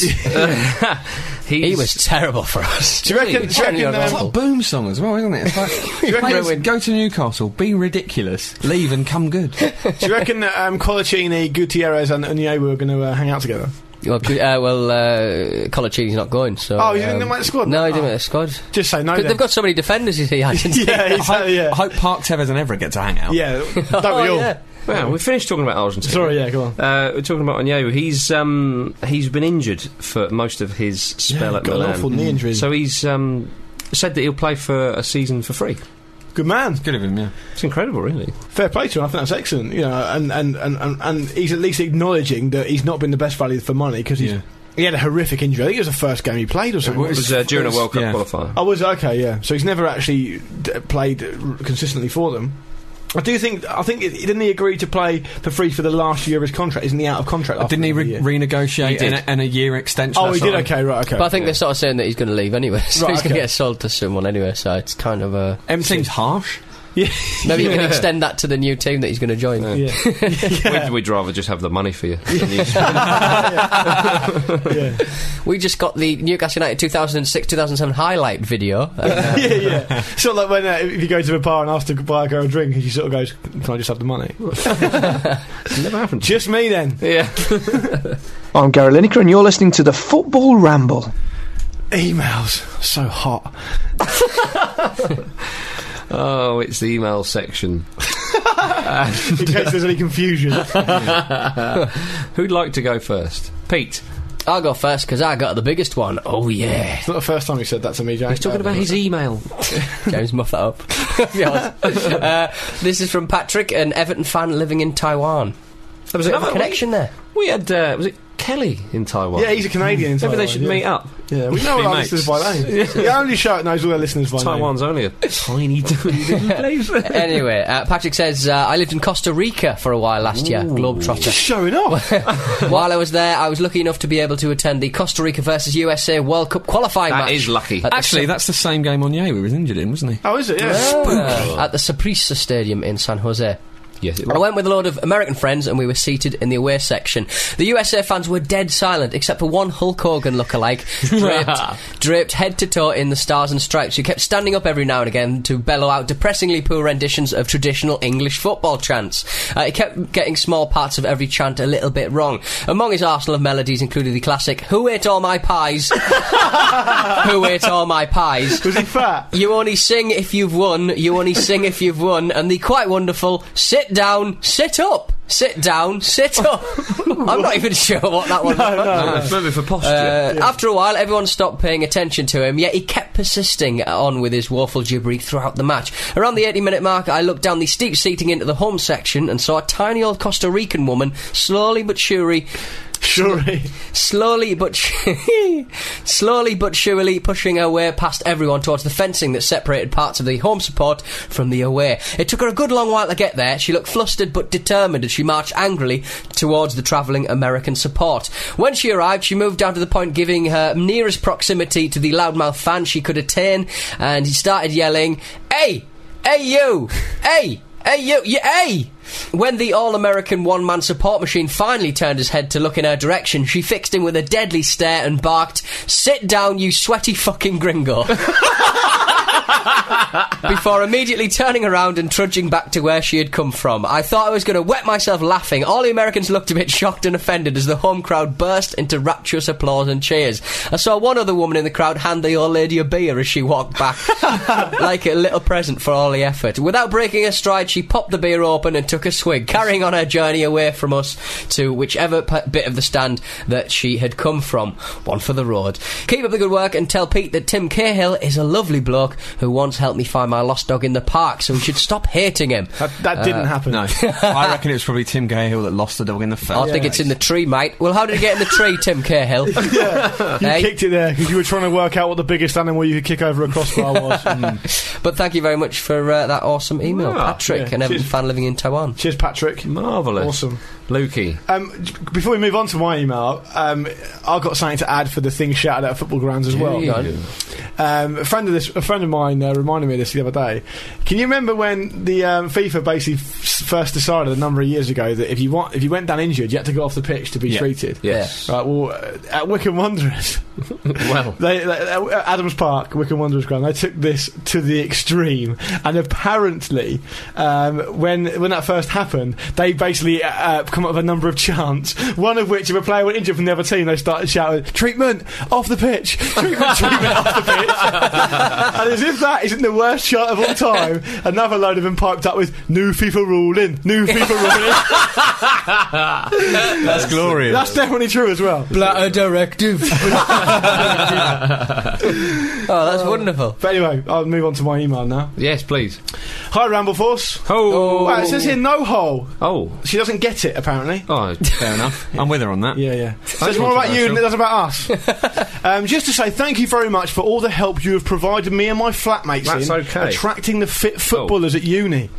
A: he's
B: he was terrible for us.
C: Do you reckon- do you reckon,
B: Genuine
C: um,
D: It's like a
B: awful.
D: boom song as well, isn't it? It's like,
C: You reckon
D: players
C: it would-
D: go to Newcastle, be ridiculous, leave and come good.
C: Do you reckon that um, Colaccini, Gutierrez, and Onyewu are going to uh, hang out together?
B: Well, could- uh, well, uh, Colaccini's not going. So um,
C: Oh, he didn't make the squad?
B: No, he didn't
C: Oh.
B: make the squad.
C: Just say no.
B: But
C: Then.
B: they've got so many defenders, you see, Argentina.
C: yeah, exactly,
D: I
C: Oh, yeah.
D: hope Park Tevez and Everett get to hang out.
C: Yeah, don't we all?
B: Oh, yeah.
A: Well, we finished talking about Argentina.
C: Sorry, yeah, go on.
A: Uh, we're talking about Onyewu. He's um, he's been injured for most of his spell
C: Yeah,
A: at
C: got an
A: Milan.
C: awful knee injury.
A: So he's um, said that he'll play for a season for free.
C: Good man.
D: Good of him, yeah.
A: It's incredible, really.
C: Fair play to him. I think that's excellent. You know, and, and, and, and, and he's at least acknowledging that he's not been the best value for money because
D: Yeah.
C: he had a horrific injury. I think it was the first game he played or something.
A: It was uh, during a World Cup
D: yeah.
A: qualifier.
C: I was okay, yeah. So he's never actually d- played r- consistently for them. I do think. I think it- didn't he agree to play for free for the last year of his contract? Isn't he out of contract?
A: Uh,
C: after
D: Didn't he
C: another
D: re-
C: year?
D: renegotiate
A: He did.
D: And, a, and a year extension?
C: oh, he
D: That's
C: did.
D: right.
C: Okay, right. Okay.
B: But I think they're sort of saying that he's going to leave anyway, so
C: Right,
B: he's going
C: okay.
B: to get sold to someone anyway. So it's kind of a
D: Em seems harsh.
B: maybe you can extend that to the new team that he's going to join.
A: Yeah.
C: yeah.
A: We'd, we'd rather just have the money for you. than you-
C: yeah.
B: We just got the Newcastle United 2006 2007 highlight video. uh,
C: yeah, yeah. Sort of like when uh, if you go to a bar and ask to buy a girl a drink, and she sort of goes, "Can I just have the money?"
A: never happened.
C: just me then.
A: Yeah.
F: I'm Gary Lineker, and you're listening to the Football Ramble.
C: Emails so hot.
A: Oh, it's the email section.
C: In case there's any confusion.
A: Who'd like to go first? Pete.
B: I'll go first because I got the biggest one. Oh yeah.
C: It's not the first time you said that to me, James.
A: He's talking about his email.
B: James, muff that up. Be honest. uh, this is from Patrick, an Everton fan living in Taiwan.
A: There was
B: Bit of a connection there.
A: We had uh, was it Kelly in Taiwan?
C: Yeah, he's a Canadian. in
A: Maybe they
C: Taiwan,
A: should
C: yeah.
A: meet up.
C: Yeah, we know all our
D: mates.
C: listeners by name. The only show that knows all their listeners by name.
A: Taiwan's only a tiny, tiny little place.
B: anyway, uh, Patrick says, uh, I lived in Costa Rica for a while last year, Globetrotter.
C: Showing off.
B: While I was there, I was lucky enough to be able to attend the Costa Rica versus USA World Cup qualifying
A: That
B: match.
A: is lucky.
B: At the
D: Actually,
B: Sa-
D: that's the same game on Ye we was injured in, wasn't he?
C: oh, is it? Yeah.
B: Uh, at the Saprissa Stadium in San Jose.
A: Yes, it
B: I
A: was.
B: went with a load of American friends and we were seated in the away section. The USA fans were dead silent except for one Hulk Hogan lookalike draped, draped head to toe in the stars and stripes who kept standing up every now and again to bellow out depressingly poor renditions of traditional English football chants. Uh, he kept getting small parts of every chant a little bit wrong. Among his arsenal of melodies included the classic Who Ate All My Pies? Who Ate All My Pies?
C: Was he fat?
B: You only sing if you've won. You only sing if you've won. And the quite wonderful sit down, sit up, sit down, sit up. I'm not even sure what that one was.
A: Uh, maybe for posture.
B: Uh, After a while, everyone stopped paying attention to him, yet he kept persisting on with his woeful gibbery throughout the match. Around the 80 minute mark, I looked down the steep seating into the home section and saw a tiny old Costa Rican woman slowly but surely
C: Surely.
B: slowly but slowly but surely pushing her way past everyone towards the fencing that separated parts of the home support from the away. It took her a good long while to get there. She looked flustered but determined as she marched angrily towards the travelling American support. When she arrived, she moved down to the point giving her nearest proximity to the loudmouth fan she could attain, and he started yelling, "Hey, hey you, hey!" Hey, you, you, hey! When the all American one man support machine finally turned his head to look in her direction, she fixed him with a deadly stare and barked, Sit down, you sweaty fucking gringo. Before immediately turning around and trudging back to where she had come from. I thought I was going to wet myself laughing. All the Americans looked a bit shocked and offended as the home crowd burst into rapturous applause and cheers. I saw one other woman in the crowd hand the old lady a beer as she walked back, like a little present for all the effort. Without breaking her stride, she popped the beer open and took a swig, carrying on her journey away from us to whichever p- bit of the stand that she had come from. One for the road. Keep up the good work and tell Pete that Tim Cahill is a lovely bloke who once helped me find my lost dog in the park, so we should stop hating him.
C: That, that didn't happen.
D: Uh, No, I reckon it was probably Tim Cahill that lost the dog in
C: Oh,
D: the face.
B: I think it's in the tree, mate. Well, how did it get in the tree, Tim Cahill?
C: You
B: Eh?
C: kicked it there because you were trying to work out what the biggest animal you could kick over a crossbar was. Mm.
B: But thank you very much for uh, that awesome email,
A: Yeah,
B: Patrick,
C: Ah, yeah.
B: an Everton
C: Cheers.
B: fan living in Taiwan.
C: Cheers, Patrick.
A: Marvellous.
C: Awesome.
A: Lukey.
C: Um, j- before we move on to my email, um, I've got something to add for the thing shouted out at football grounds as well. Um, a friend of this, a friend of mine, uh, reminded me of this the other day. Can you remember when the um, FIFA basically f- first decided a number of years ago that if you want, if you went down injured, you had to go off the pitch to be
D: Yeah.
C: treated?
A: Yes.
C: Right. Well, uh, at Wickham Wanderers,
A: Well.
C: they, they, at Adams Park, Wickham Wanderers ground, they took this to the extreme. And apparently, um, when when that first happened, they basically uh, come up with a number of chants. One of which, if a player went injured from the other team, they started shouting "Treatment off the pitch! Treatment, treatment off the pitch!" and as if that isn't the worst chant of all time, another load of them piped up with "New FIFA ruling! New FIFA ruling!"
D: That's glorious.
C: That's definitely true as well.
B: Blatter directive. oh, that's wonderful.
C: But anyway, I'll move on to my email now.
A: Yes, please.
C: Hi, Rambleforce.
A: Oh.
C: Wow, it says here no hole.
A: Oh.
C: She doesn't get it, apparently.
A: Oh.
D: Fair enough. I'm with her on that.
C: Yeah, yeah. So it's more about you than it does about us. um, just to say thank you very much for all the help you have provided me and my flatmates
A: That's
C: in
A: okay.
C: attracting the fit footballers at uni.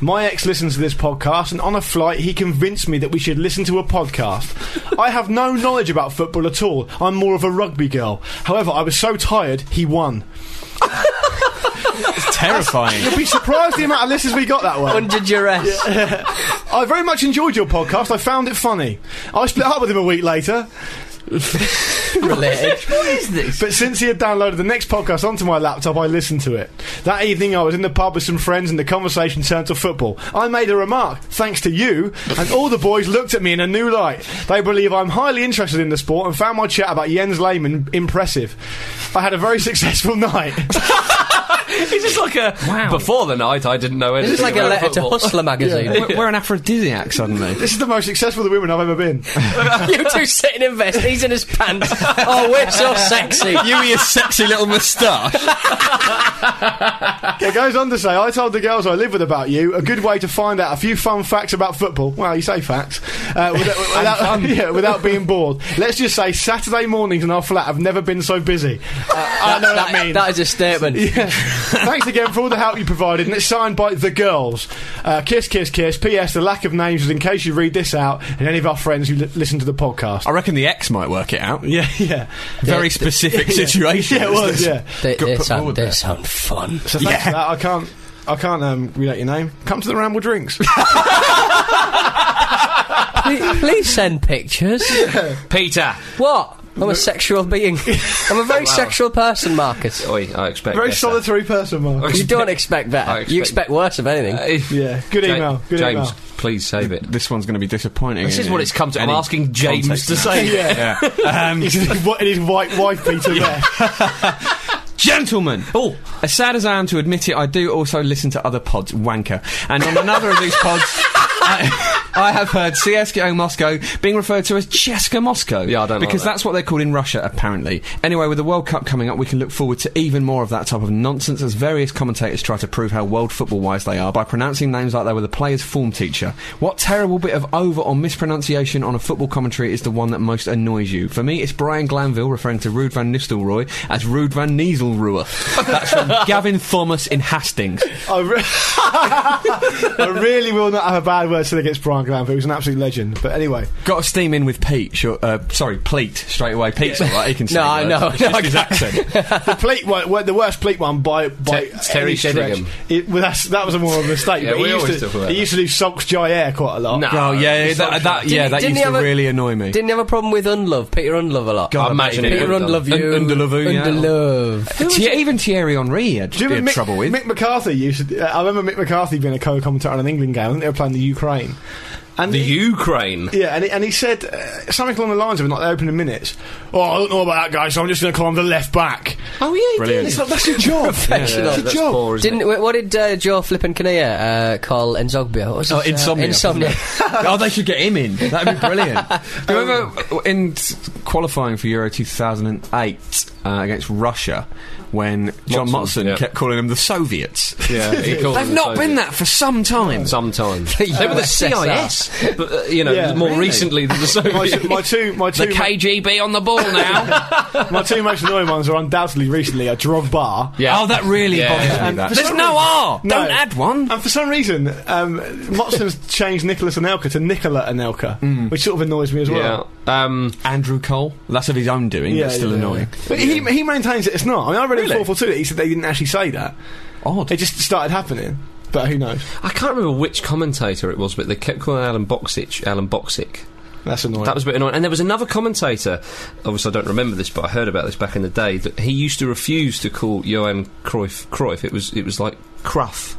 C: My ex listens to this podcast, and on a flight, he convinced me that we should listen to a podcast. I have no knowledge about football at all. I'm more of a rugby girl. However, I was so tired, he won.
D: It's terrifying.
C: You'll be surprised the amount of listeners we got that way.
B: Under duress.
C: I very much enjoyed your podcast. I found it funny. I split up with him a week later.
B: Related.
C: But since he had downloaded the next podcast onto my laptop, I listened to it. That evening, I was in the pub with some friends, and the conversation turned to football. I made a remark, thanks to you, and all the boys looked at me in a new light. They believe I'm highly interested in the sport and found my chat about Jens Lehmann impressive. I had a very successful night.
A: It's just like a
D: Wow.
A: before the night. I didn't know anything.
B: It's like a
A: about
B: letter to
A: football.
B: Hustler magazine.
D: we're, we're an aphrodisiac suddenly.
C: This is the most successful the women I've ever been.
B: you two sitting in vest, he's in his pants. Oh, we're so sexy.
D: you with your sexy little moustache.
C: It goes on to say, I told the girls I live with about you a good way to find out a few fun facts about football. Well, you say facts. Uh, without, without, yeah, without being bored. Let's just say Saturday mornings in our flat have never been so busy. Uh, I know what that, means.
B: That is a statement.
C: Yeah. Thanks again for all the help you provided, and it's signed by the girls. Uh, kiss, kiss, kiss. P.S. The lack of names is in case you read this out and any of our friends who li- listen to the podcast.
D: I reckon the ex might work it out.
C: Yeah, yeah,
D: Very specific situation.
C: yeah. It was, yeah.
B: They,
D: Got
B: they,
D: put
B: sound,
D: forward
B: they
D: there.
B: sound fun.
C: So thanks for that. I can't. I can't um, relate your name. Come to the Ramble Drinks.
B: please, please send pictures.
A: Peter.
B: What? I'm a sexual being. I'm a very sexual person, Marcus.
A: Oi, I expect
C: Very
A: better.
C: solitary person, Mark.
B: You don't expect
A: I
B: better.
A: Oh, expect-
B: you expect worse, if anything.
A: Uh,
C: Yeah, good
A: Ja-
C: email, good
A: James,
C: email.
A: please save it.
D: This one's going to be disappointing.
A: This is
D: in
A: what it's come to. I'm
D: any
A: asking James
D: context
A: to
D: now.
A: say. it.
D: Yeah. Um,
C: He's his wi- his white wife Peter there.
D: gentlemen,
A: Oh,
D: as sad as I am to admit it, I do also listen to other pods, wanker. And on another of these pods, I, I have heard CSKO Moscow being referred to as Cheska Moscow.
A: Yeah, I don't like
D: Because
A: that.
D: that's what they're called in Russia, apparently. Anyway, with the World Cup coming up, we can look forward to even more of that type of nonsense as various commentators try to prove how world football wise they are by pronouncing names like they were the player's form teacher. What terrible bit of over or mispronunciation on a football commentary is the one that most annoys you? For me, it's Brian Glanville referring to Rude van Nistelrooy as Rude van Nieselrooy. That's from Gavin Thomas in Hastings.
C: I, re- I really will not have a bad word said against Brian Glanville. He's an absolute legend. But anyway,
D: Got to steam in with Pete. Sure, uh, sorry, Pleat straight away. Pete's all right. He can say
B: No, I
D: words.
B: know,
D: It's
B: no,
D: just
B: I
D: his
B: can't.
D: accent.
C: the pleat one, well, the worst pleat one by by
A: Te- it's Terry
C: any stretch.
A: Shedingham.
C: It, well, that's, that was a more of a mistake.
A: Yeah,
C: but
A: we
C: he used
A: always
C: to,
A: talk about
C: he
A: that.
C: used to do sulks Jair quite a lot.
A: No.
D: oh yeah, that, that, yeah,
B: Didn't-
D: that
B: didn't
D: used
B: he
D: to
B: have a-
D: really annoy me.
B: Didn't you have a problem with Unlove? Peter Unlove a lot.
A: I imagine it.
B: Peter
A: would have
B: Unlove
D: Un-
B: you.
D: Undelove, yeah.
B: Undelove.
D: Thie- even Thierry Henry had,
C: Do you remember
D: had
C: Mick,
D: trouble with.
C: Mick McCarthy? Used to, uh, I remember Mick McCarthy being a co-commentator on an England game. I think they were playing the Ukraine.
A: done. The Ukraine.
C: Yeah, and he, and he said uh, something along the lines of, not the opening minutes, oh, I don't know about that guy, so I'm just going to call him the left back.
B: Oh, yeah,
D: Brilliant.
C: It's like, that's your job.
B: Professional.
C: It's your
A: That's
C: job.
A: poor, isn't
B: Didn't
A: it?
B: wh- what did uh, Joe Flippin Kinnear uh, call Enzogbia? What was
D: Oh,
B: his, uh,
D: insomnia.
B: insomnia.
D: oh, they should get him in. That'd be brilliant. Do you remember uh, in s- qualifying for Euro 2008 uh, against Russia when John
A: Motson,
D: Motson
A: yeah.
D: kept calling them the Soviets?
A: Yeah, he called
D: They've
A: them
D: not been
A: Soviets.
D: that for some time.
A: Sometimes
B: The
A: they were the
B: USSR.
A: CIS, but uh, you know,
C: Yeah.
A: more recently than the
C: My,
A: Soviets.
C: two- my two, my two,
A: the KGB on the ball now.
C: my two most annoying ones are undoubtedly recently a Drogba.
A: Yeah.
D: Oh, that really
A: Yeah.
D: bothers me.
C: And
D: That.
C: for
D: There's
C: some
D: no
C: reason-
D: R.
C: No.
D: Don't add one.
C: And for some reason, um, Motson's changed Nicholas Anelka to Nicola Anelka, which sort of annoys me as well.
A: Yeah. Um,
D: Andrew Cole. That's of his own doing.
C: Yeah,
D: that's still
C: yeah,
D: annoying.
C: yeah. But he, he maintains that it's not. I mean, I read
D: Really?
C: in 442 that he said they didn't actually say that.
D: Odd.
C: It just started happening. But who knows?
A: I can't remember which commentator it was, but they kept calling Alan Boxic Alan Boxic.
C: That's annoying.
A: That was a bit annoying. And there was another commentator, obviously I don't remember this, but I heard about this back in the day, that he used to refuse to call Johan Cruyff Cruyff. It was, it was like Cruff.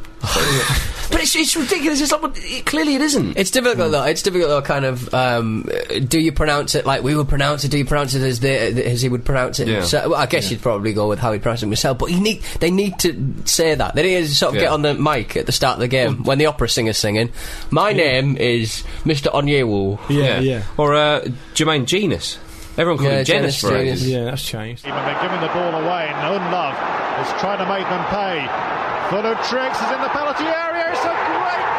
A: but it's, it's ridiculous. It's like, well, it, clearly it isn't.
B: It's difficult though. It's difficult though. Kind of, um, uh, do you pronounce it like we would pronounce it? Do you pronounce it as they, as he would pronounce it?
A: Yeah.
B: himself? Well, I guess you'd probably go with how he pronounced it himself. But you need they need to say that. They need to sort of
A: Yeah.
B: get on the mic at the start of the game when the opera singer's singing. My name is Mr. Onyewu.
C: yeah, yeah.
A: Or uh, Jermaine Genus. Everyone called
B: Yeah,
A: him Genus
B: Genus,
A: for
B: Genus.
A: ages.
C: Yeah, that's changed.
G: But they're giving the ball away, and Unlove is trying to make them pay. Full of tricks is in the penalty area. It's a great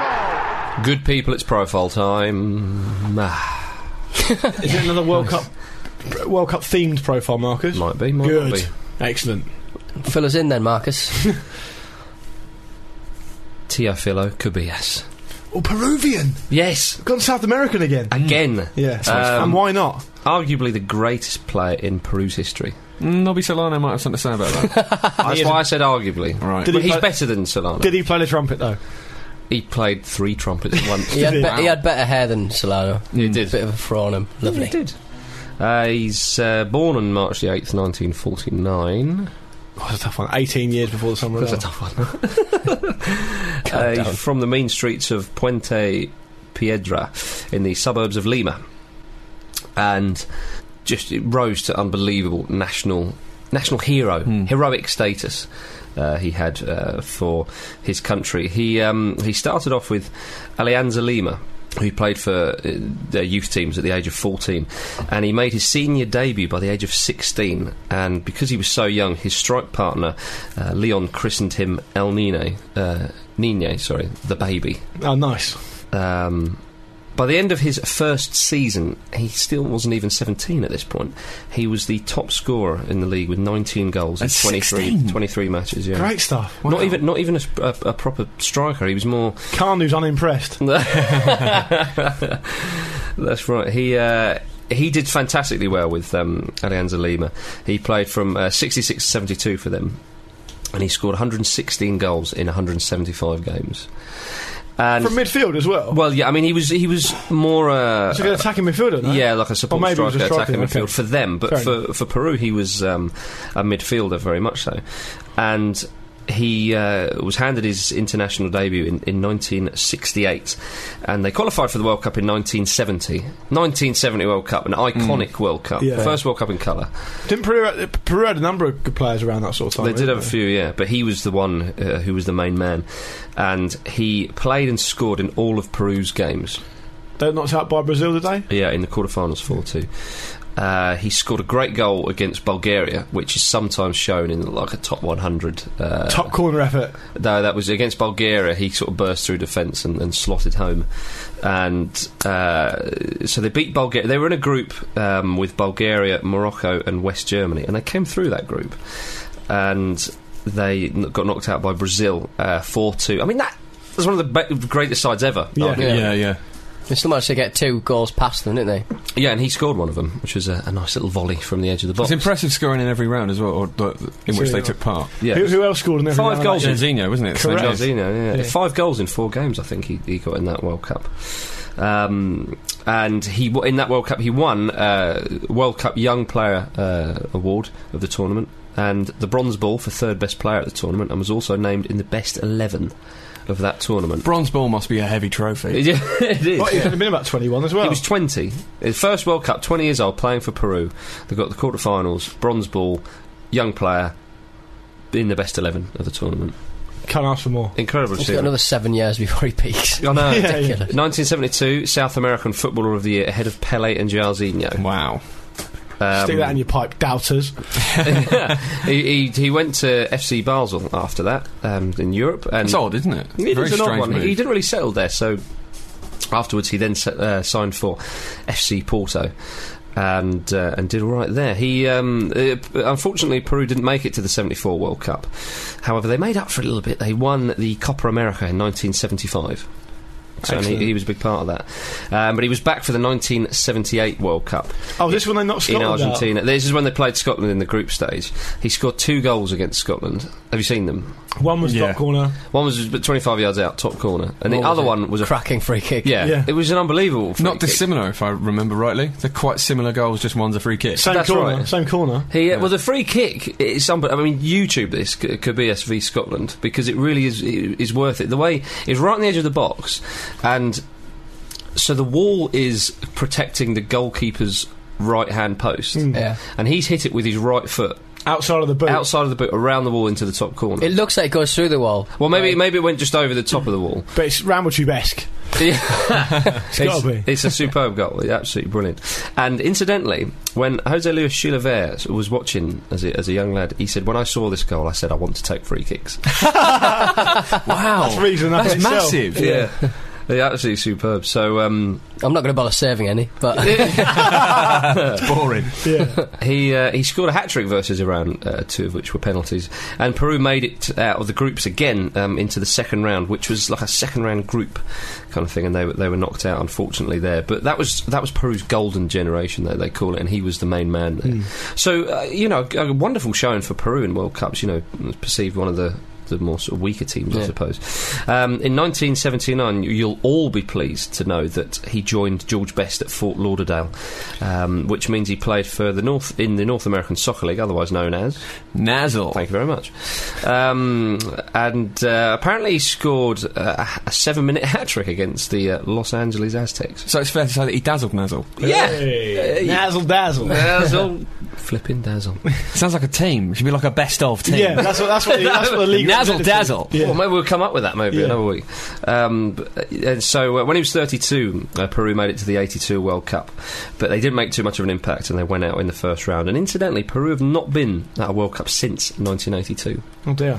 G: goal.
A: Good people, it's profile time. Ah,
C: Is it another World Cup World Cup themed profile, Marcus?
A: might be, might
C: Good.
A: not be.
C: Excellent.
B: Fill us in then, Marcus.
A: Teofilo Cubillas.
C: Or Oh, Peruvian.
A: Yes,
C: Gone South American again.
A: again.
C: Yeah.
A: Um,
C: and why not?
A: Arguably the greatest player in Peru's history.
D: Mm, Nobby Solano might have something to say about that.
A: That's why I said arguably.
D: All right.
C: Did
A: But
C: he
A: he's
C: play-
A: better than Solana.
C: Did he play the trumpet though?
A: He played three trumpets at once.
B: he, had
C: Wow.
B: be- he had better hair than Solano.
A: He did.
B: Bit of a fro on him.
A: Yeah,
B: Lovely.
A: he did. Uh, he's uh, born on March the 8th, 1949.
C: Oh, that's a tough one. 18 years before the summer.
A: That's a
C: tough
A: tough one. Uh, he's from the mean streets of Puente Piedra in the suburbs of Lima. And
C: Hmm.
A: just it rose to unbelievable national national hero, heroic status. uh, he had uh, for his country. He um, he started off with Alianza Lima. Who played for uh, their youth teams at the age of 14, and he made his senior debut by the age of 16. And because he was so young, his strike partner uh, Leon christened him El Nino, uh, Nino, sorry, the baby.
C: Oh, nice.
A: Um, by the end of his first season, he still wasn't even 17 at this point. He was the top scorer in the league with 19 goals in
D: At
A: 23,
D: 16?
A: 23 matches. Yeah,
C: Great stuff.
A: Not even not even a, sp- a, a proper striker. He was more.
C: Carnu's unimpressed.
A: That's right. He. Uh, he did fantastically well with um, Alianza Lima. He played from uh, 66 to 72 for them, and he scored 116 goals in 175 games. And
C: From midfield as well.
A: well, yeah, I mean, he was he was more uh,
C: He's an attacking midfielder, no?
A: Yeah, like a support
C: maybe he was
A: striker,
C: a striker,
A: attacking
C: okay.
A: midfield for them. But
C: Fair
A: for, for Peru, he was um, a midfielder, very much so. And he uh, was handed his international debut in, in 1968. And they qualified for the World Cup in 1970. 1970 World Cup, an iconic World Cup.
C: Hmm. Yeah.
A: First World Cup in colour.
C: Didn't Peru, Peru had a number of good players around that sort of time?
A: They did
C: didn't
A: have a few, yeah, but he was the one uh, who was the main man. And he played and scored in all of Peru's games.
C: They were knocked out by Brazil today.
A: Yeah, in the quarterfinals, 4 2. Uh, he scored a great goal against Bulgaria, which is sometimes shown in like a top 100. Uh,
C: Top corner effort.
A: No, that was against Bulgaria. He sort of burst through defence and, and slotted home, and uh, so they beat Bulgaria. They were in a group um, with Bulgaria, Morocco, and West Germany, and they came through that group, and they kn- got knocked out by Brazil uh, four two. I mean that. was one of the be- greatest sides ever.
C: Yeah.
A: arguably.
B: Yeah.
D: Yeah, yeah.
B: They still managed to get two goals past them, didn't they?
A: yeah, and he scored one of them, which was a, a nice little volley from the edge of the box.
D: It's impressive scoring in every round as well, or the, in which
C: Sure.
D: they took part.
A: Yeah.
C: Who, who else scored in every
A: Five
C: round?
A: goals.
D: Jorginho, wasn't it?
C: Correct.
D: Same as-
A: Jorginho, yeah.
C: Yeah.
A: Five goals in four games, I think he, he got in that World Cup. Um, and he w- in that World Cup he won uh, World Cup Young Player uh, award of the tournament and the bronze ball for third best player at the tournament and was also named in the best eleven of that tournament.
D: Bronze ball must be a heavy trophy.
A: Yeah, it is.
C: Well, he's only been about 21 as well.
A: He was 20. His first World Cup, 20 years old, playing for Peru. They got the quarterfinals, bronze ball, young player, in the best 11 of the tournament.
C: Can't ask for more.
A: Incredible.
B: He's got
A: achievement.
B: another seven years before he peaks.
A: I know.
C: Yeah, yeah.
A: 1972 South American Footballer of the Year ahead of Pele and Jairzinho.
D: Wow.
A: Um,
C: Stick that in your pipe, doubters.
A: he, he, he went to FC Basel after that um, in Europe. And
D: It's old, isn't it?
A: It
D: Very
A: is an odd
D: strange
A: one.
D: move.
A: He didn't really settle there, so afterwards he then se- uh, signed for FC Porto. And uh, and did all right there. He um, uh, unfortunately Peru didn't make it to the '74 World Cup. However, they made up for it a little bit. They won the Copa America in 1975. So and he,
C: Excellent.
A: he was a big part of that. Um, but he was back for the 1978 World Cup
C: Oh, is this when they knocked Scotland out?
A: in Argentina. This is when they played Scotland in the group stage. He scored two goals against Scotland. Have you seen them?
C: One was
D: Yeah.
C: top corner.
A: One was about 25 yards out, top corner, and
B: What
A: the
B: Oh, was
A: other
B: it?
A: one was a
B: cracking free kick.
A: yeah,
C: Yeah.
A: It was an unbelievable. free
D: Not
A: kick.
D: dissimilar, if I remember rightly. They're quite similar goals, just one's a free kick.
C: Same
A: That's
C: corner.
A: right.
C: Same corner.
A: He, uh, Well, the free kick is somebody. I mean, YouTube this c- could be SV Scotland because it really is i- is worth it. The way it's right on the edge of the box, and so the wall is protecting the goalkeeper's right hand post,
B: Yeah.
A: and he's hit it with his right foot
C: Outside of the boot.
A: outside of the boot, around the wall into the top corner.
B: It looks like it goes through the wall.
A: Well, maybe maybe it went just over the top of the wall.
C: But it's Ramble Tube-esque. It's got to be.
A: It's a superb goal. It's absolutely brilliant. And incidentally, when Jose Luis Chilavert was watching as a, as a young lad, he said, "When I saw this goal, I said I want to take free kicks."
D: Wow.
C: That's reason enough in itself.
D: That's massive.
A: yeah. They're absolutely superb. So um,
B: I'm not going to bother saving any, but
D: It's boring.
C: Yeah.
A: he uh, he scored a hat trick versus Iran, uh, two of which were penalties, and Peru made it out of the groups again um, into the second round, which was like a second round group kind of thing, and they were, they were knocked out unfortunately there. But that was that was Peru's golden generation, though they call it, and he was the main man there. So uh, you know, a wonderful showing for Peru in World Cups. You know, perceived one of the. The more sort of weaker teams, I
B: Yeah.
A: suppose. Um, in 1979, you- you'll all be pleased to know that he joined George Best at Fort Lauderdale, um, which means he played for the North in the North American Soccer League, otherwise known as.
D: Nazzle.
A: Thank you very much. Um, and uh, apparently, he scored uh, a- a seven-minute hat trick against the uh, Los Angeles Aztecs.
D: So it's fair to say that he dazzled Nazzle.
A: Yeah.
C: Hey. Dazzle, dazzle.
A: Dazzle, Flipping dazzle.
D: Sounds like a team. Should be like a best of team.
C: Yeah, that's what that's what the, that's what the league
D: Nazzle dazzle.
C: Yeah.
A: Well, maybe we'll come up with that maybe
C: Yeah.
A: another week. Um, but, uh, and so uh, when he was 32, uh, Peru made it to the 82 World Cup, but they didn't make too much of an impact and they went out in the first round. And incidentally, Peru have not been at a World Cup since 1982,
C: Oh dear.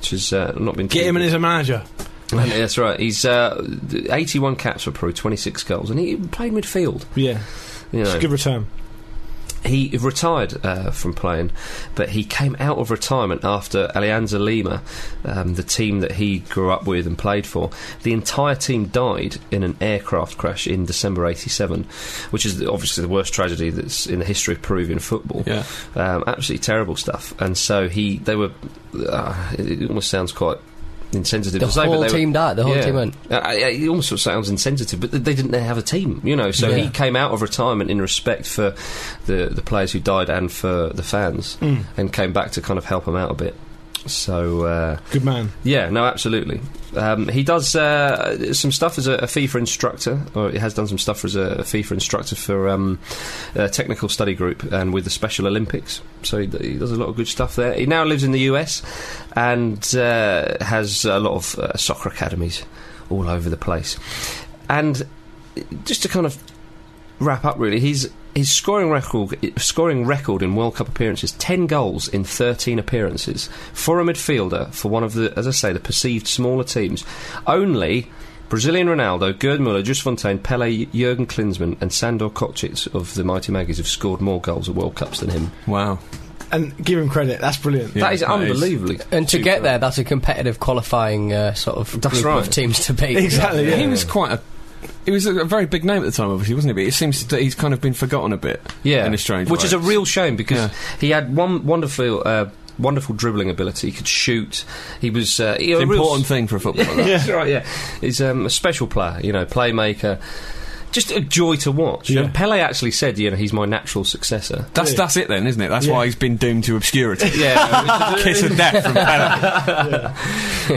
A: which has uh, not been.
C: Get him in as a manager.
A: And that's right. He's uh, 81 caps for Peru, 26 goals, and he played midfield.
C: Yeah,
A: You
C: it's
A: know.
C: a good return.
A: He retired uh, from playing, but he came out of retirement after Alianza Lima, um, the team that he grew up with and played for, the entire team died in an aircraft crash in December '87, which is obviously the worst tragedy that's in the history of Peruvian football.
D: Yeah.
A: Um, absolutely terrible stuff. And so he, they were. Uh, it, it almost sounds quite insensitive
B: The
A: to say, but
B: whole
A: they were-
B: team died. The whole
A: yeah.
B: team went.
A: Uh, I- I- it almost sort of sounds insensitive, but th- they didn't have a team, you know. So
B: Yeah.
A: he came out of retirement in respect for the the players who died and for the fans, and came back to kind of help them out a bit. So uh,
C: Good man.
A: yeah, no, absolutely. Um, he does uh, some stuff as a, a FIFA instructor, or he has done some stuff as a, a FIFA instructor for um, a technical study group and with the Special Olympics. So he, he does a lot of good stuff there. He now lives in the US and uh, has a lot of uh, soccer academies all over the place. And just to kind of wrap up, really, he's. His scoring record, scoring record in World Cup appearances, ten goals in thirteen appearances for a midfielder for one of the, as I say, the perceived smaller teams. Only Brazilian Ronaldo, Gerd Müller, Just Fontaine, Pele, Jurgen Klinsmann, and Sandor Kocic of the Mighty Maggies have scored more goals at World Cups than him.
D: Wow.
C: And give him credit. That's brilliant.
D: Yeah,
A: that is unbelievably.
B: And to
A: superb.
B: get there, that's a competitive qualifying uh, sort of
A: That's
B: group
A: right.
B: of teams to beat.
C: Exactly. Yeah.
D: He was quite a. He was a a very big name at the time, obviously, wasn't he? But it seems that he's kind of been forgotten a bit.
A: yeah,
D: in a strange
A: which
D: way.
A: is a real shame because
D: Yeah.
A: he had one wonderful. Uh, Wonderful dribbling ability. He could shoot. He was uh, he-
D: It's
A: a
D: an
A: real
D: important thing for a footballer. that.
A: That's right, yeah. He's um, a special player, you know, playmaker. Just a joy to watch.
C: Yeah.
A: And Pele actually said, you know, he's my natural successor.
D: That's that's it then, isn't it? That's
C: Yeah.
D: why he's been doomed to obscurity.
A: Yeah.
D: Kiss of death from Pele.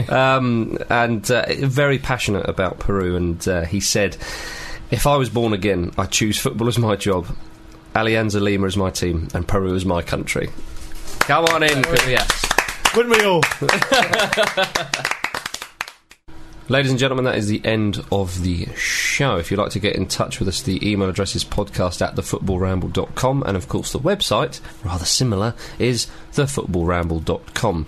A: um, and uh, very passionate about Peru. And uh, he said, if I was born again, I'd choose football as my job, Alianza Lima as my team, and Peru as my country. Come on in, Kvyat.
C: Wouldn't we all?
A: Ladies and gentlemen, that is the end of the show. If you'd like to get in touch with us, the email address is podcast at thefootballramble.com. And of course, the website, rather similar, is thefootballramble.com.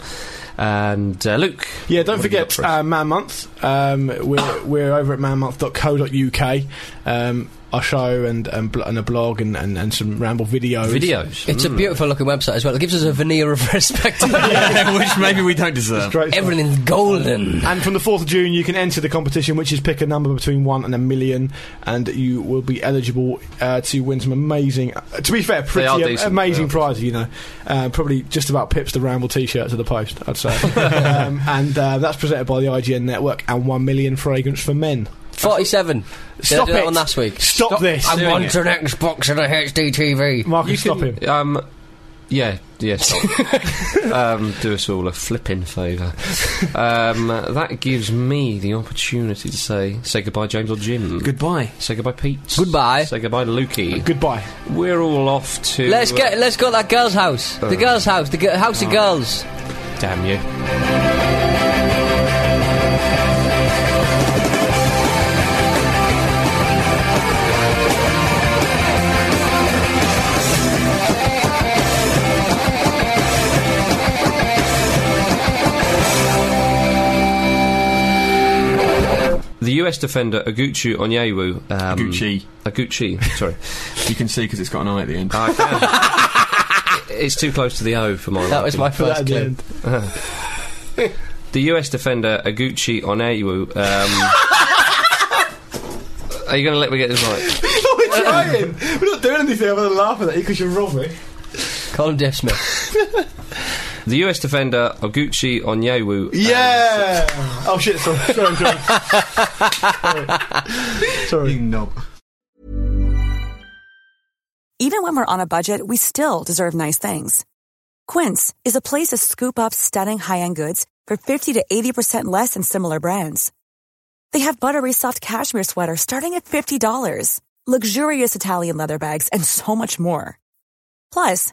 A: And uh, Luke.
C: Yeah, don't
A: what have you got
C: forget
A: for us?
C: uh, Man Month. Um, we're, we're over at manmonth.co.uk. Um, our show and and, bl- and a blog and, and, and some ramble videos.
A: videos.
B: It's a beautiful looking website as well. It gives us a veneer of respect.
D: Which maybe we don't deserve.
C: Great stuff.
B: Everything's golden.
C: And from the 4th of June, you can enter the competition, which is pick a number between 1 and a million, and you will be eligible uh, to win some amazing, uh, to be fair, pretty
A: are
C: am-
A: decent,
C: amazing
A: yeah.
C: prizes, you know. Uh, probably just about pips the Ramble t shirt to the post, I'd say. um, and uh, that's presented by the IGN Network and 1 million fragrance for men.
B: 47.
C: Stop
B: Did I do that
C: it.
B: one last week.
C: Stop, this.
B: I want an Xbox and a HD TV.
C: Marcus,
A: You
C: stop
A: can-
C: him.
A: Um, yeah, yeah. stop. um, do us all a flipping favour. Um, that gives me the opportunity to say say goodbye, James or Jim.
D: Goodbye.
A: Say goodbye, Pete.
B: Goodbye.
A: Say goodbye, Lukey.
C: Goodbye.
A: We're all off to.
B: Let's get let's go to that girl's house.
A: Oh.
B: The girl's house. The gi- house of girls.
A: Damn you. The US defender Aguchi Onyewu. Um,
D: Gucci.
A: Aguchi, sorry.
D: You can see because it's got an eye at the end.
A: I found- it's too close to the O for my
B: That was
A: liking.
B: my
C: Put that
B: first
C: at the
B: clip.
C: end.
A: The US defender Aguchi Onewu. Um, are you going to let me get this right?
B: Uh-uh.
C: We're trying. We're not doing anything other than laughing at you because you're Robbie.
B: Call him Dave Smith.
A: The US defender Aguchi Onyewu.
C: Yeah. oh shit! Sorry, sorry, sorry. sorry. sorry.
H: Even when we're on a budget, we still deserve nice things. Quince is a place to scoop up stunning high-end goods for 50 to 80% less than similar brands. They have buttery soft cashmere sweaters starting at $50, luxurious Italian leather bags, and so much more. Plus,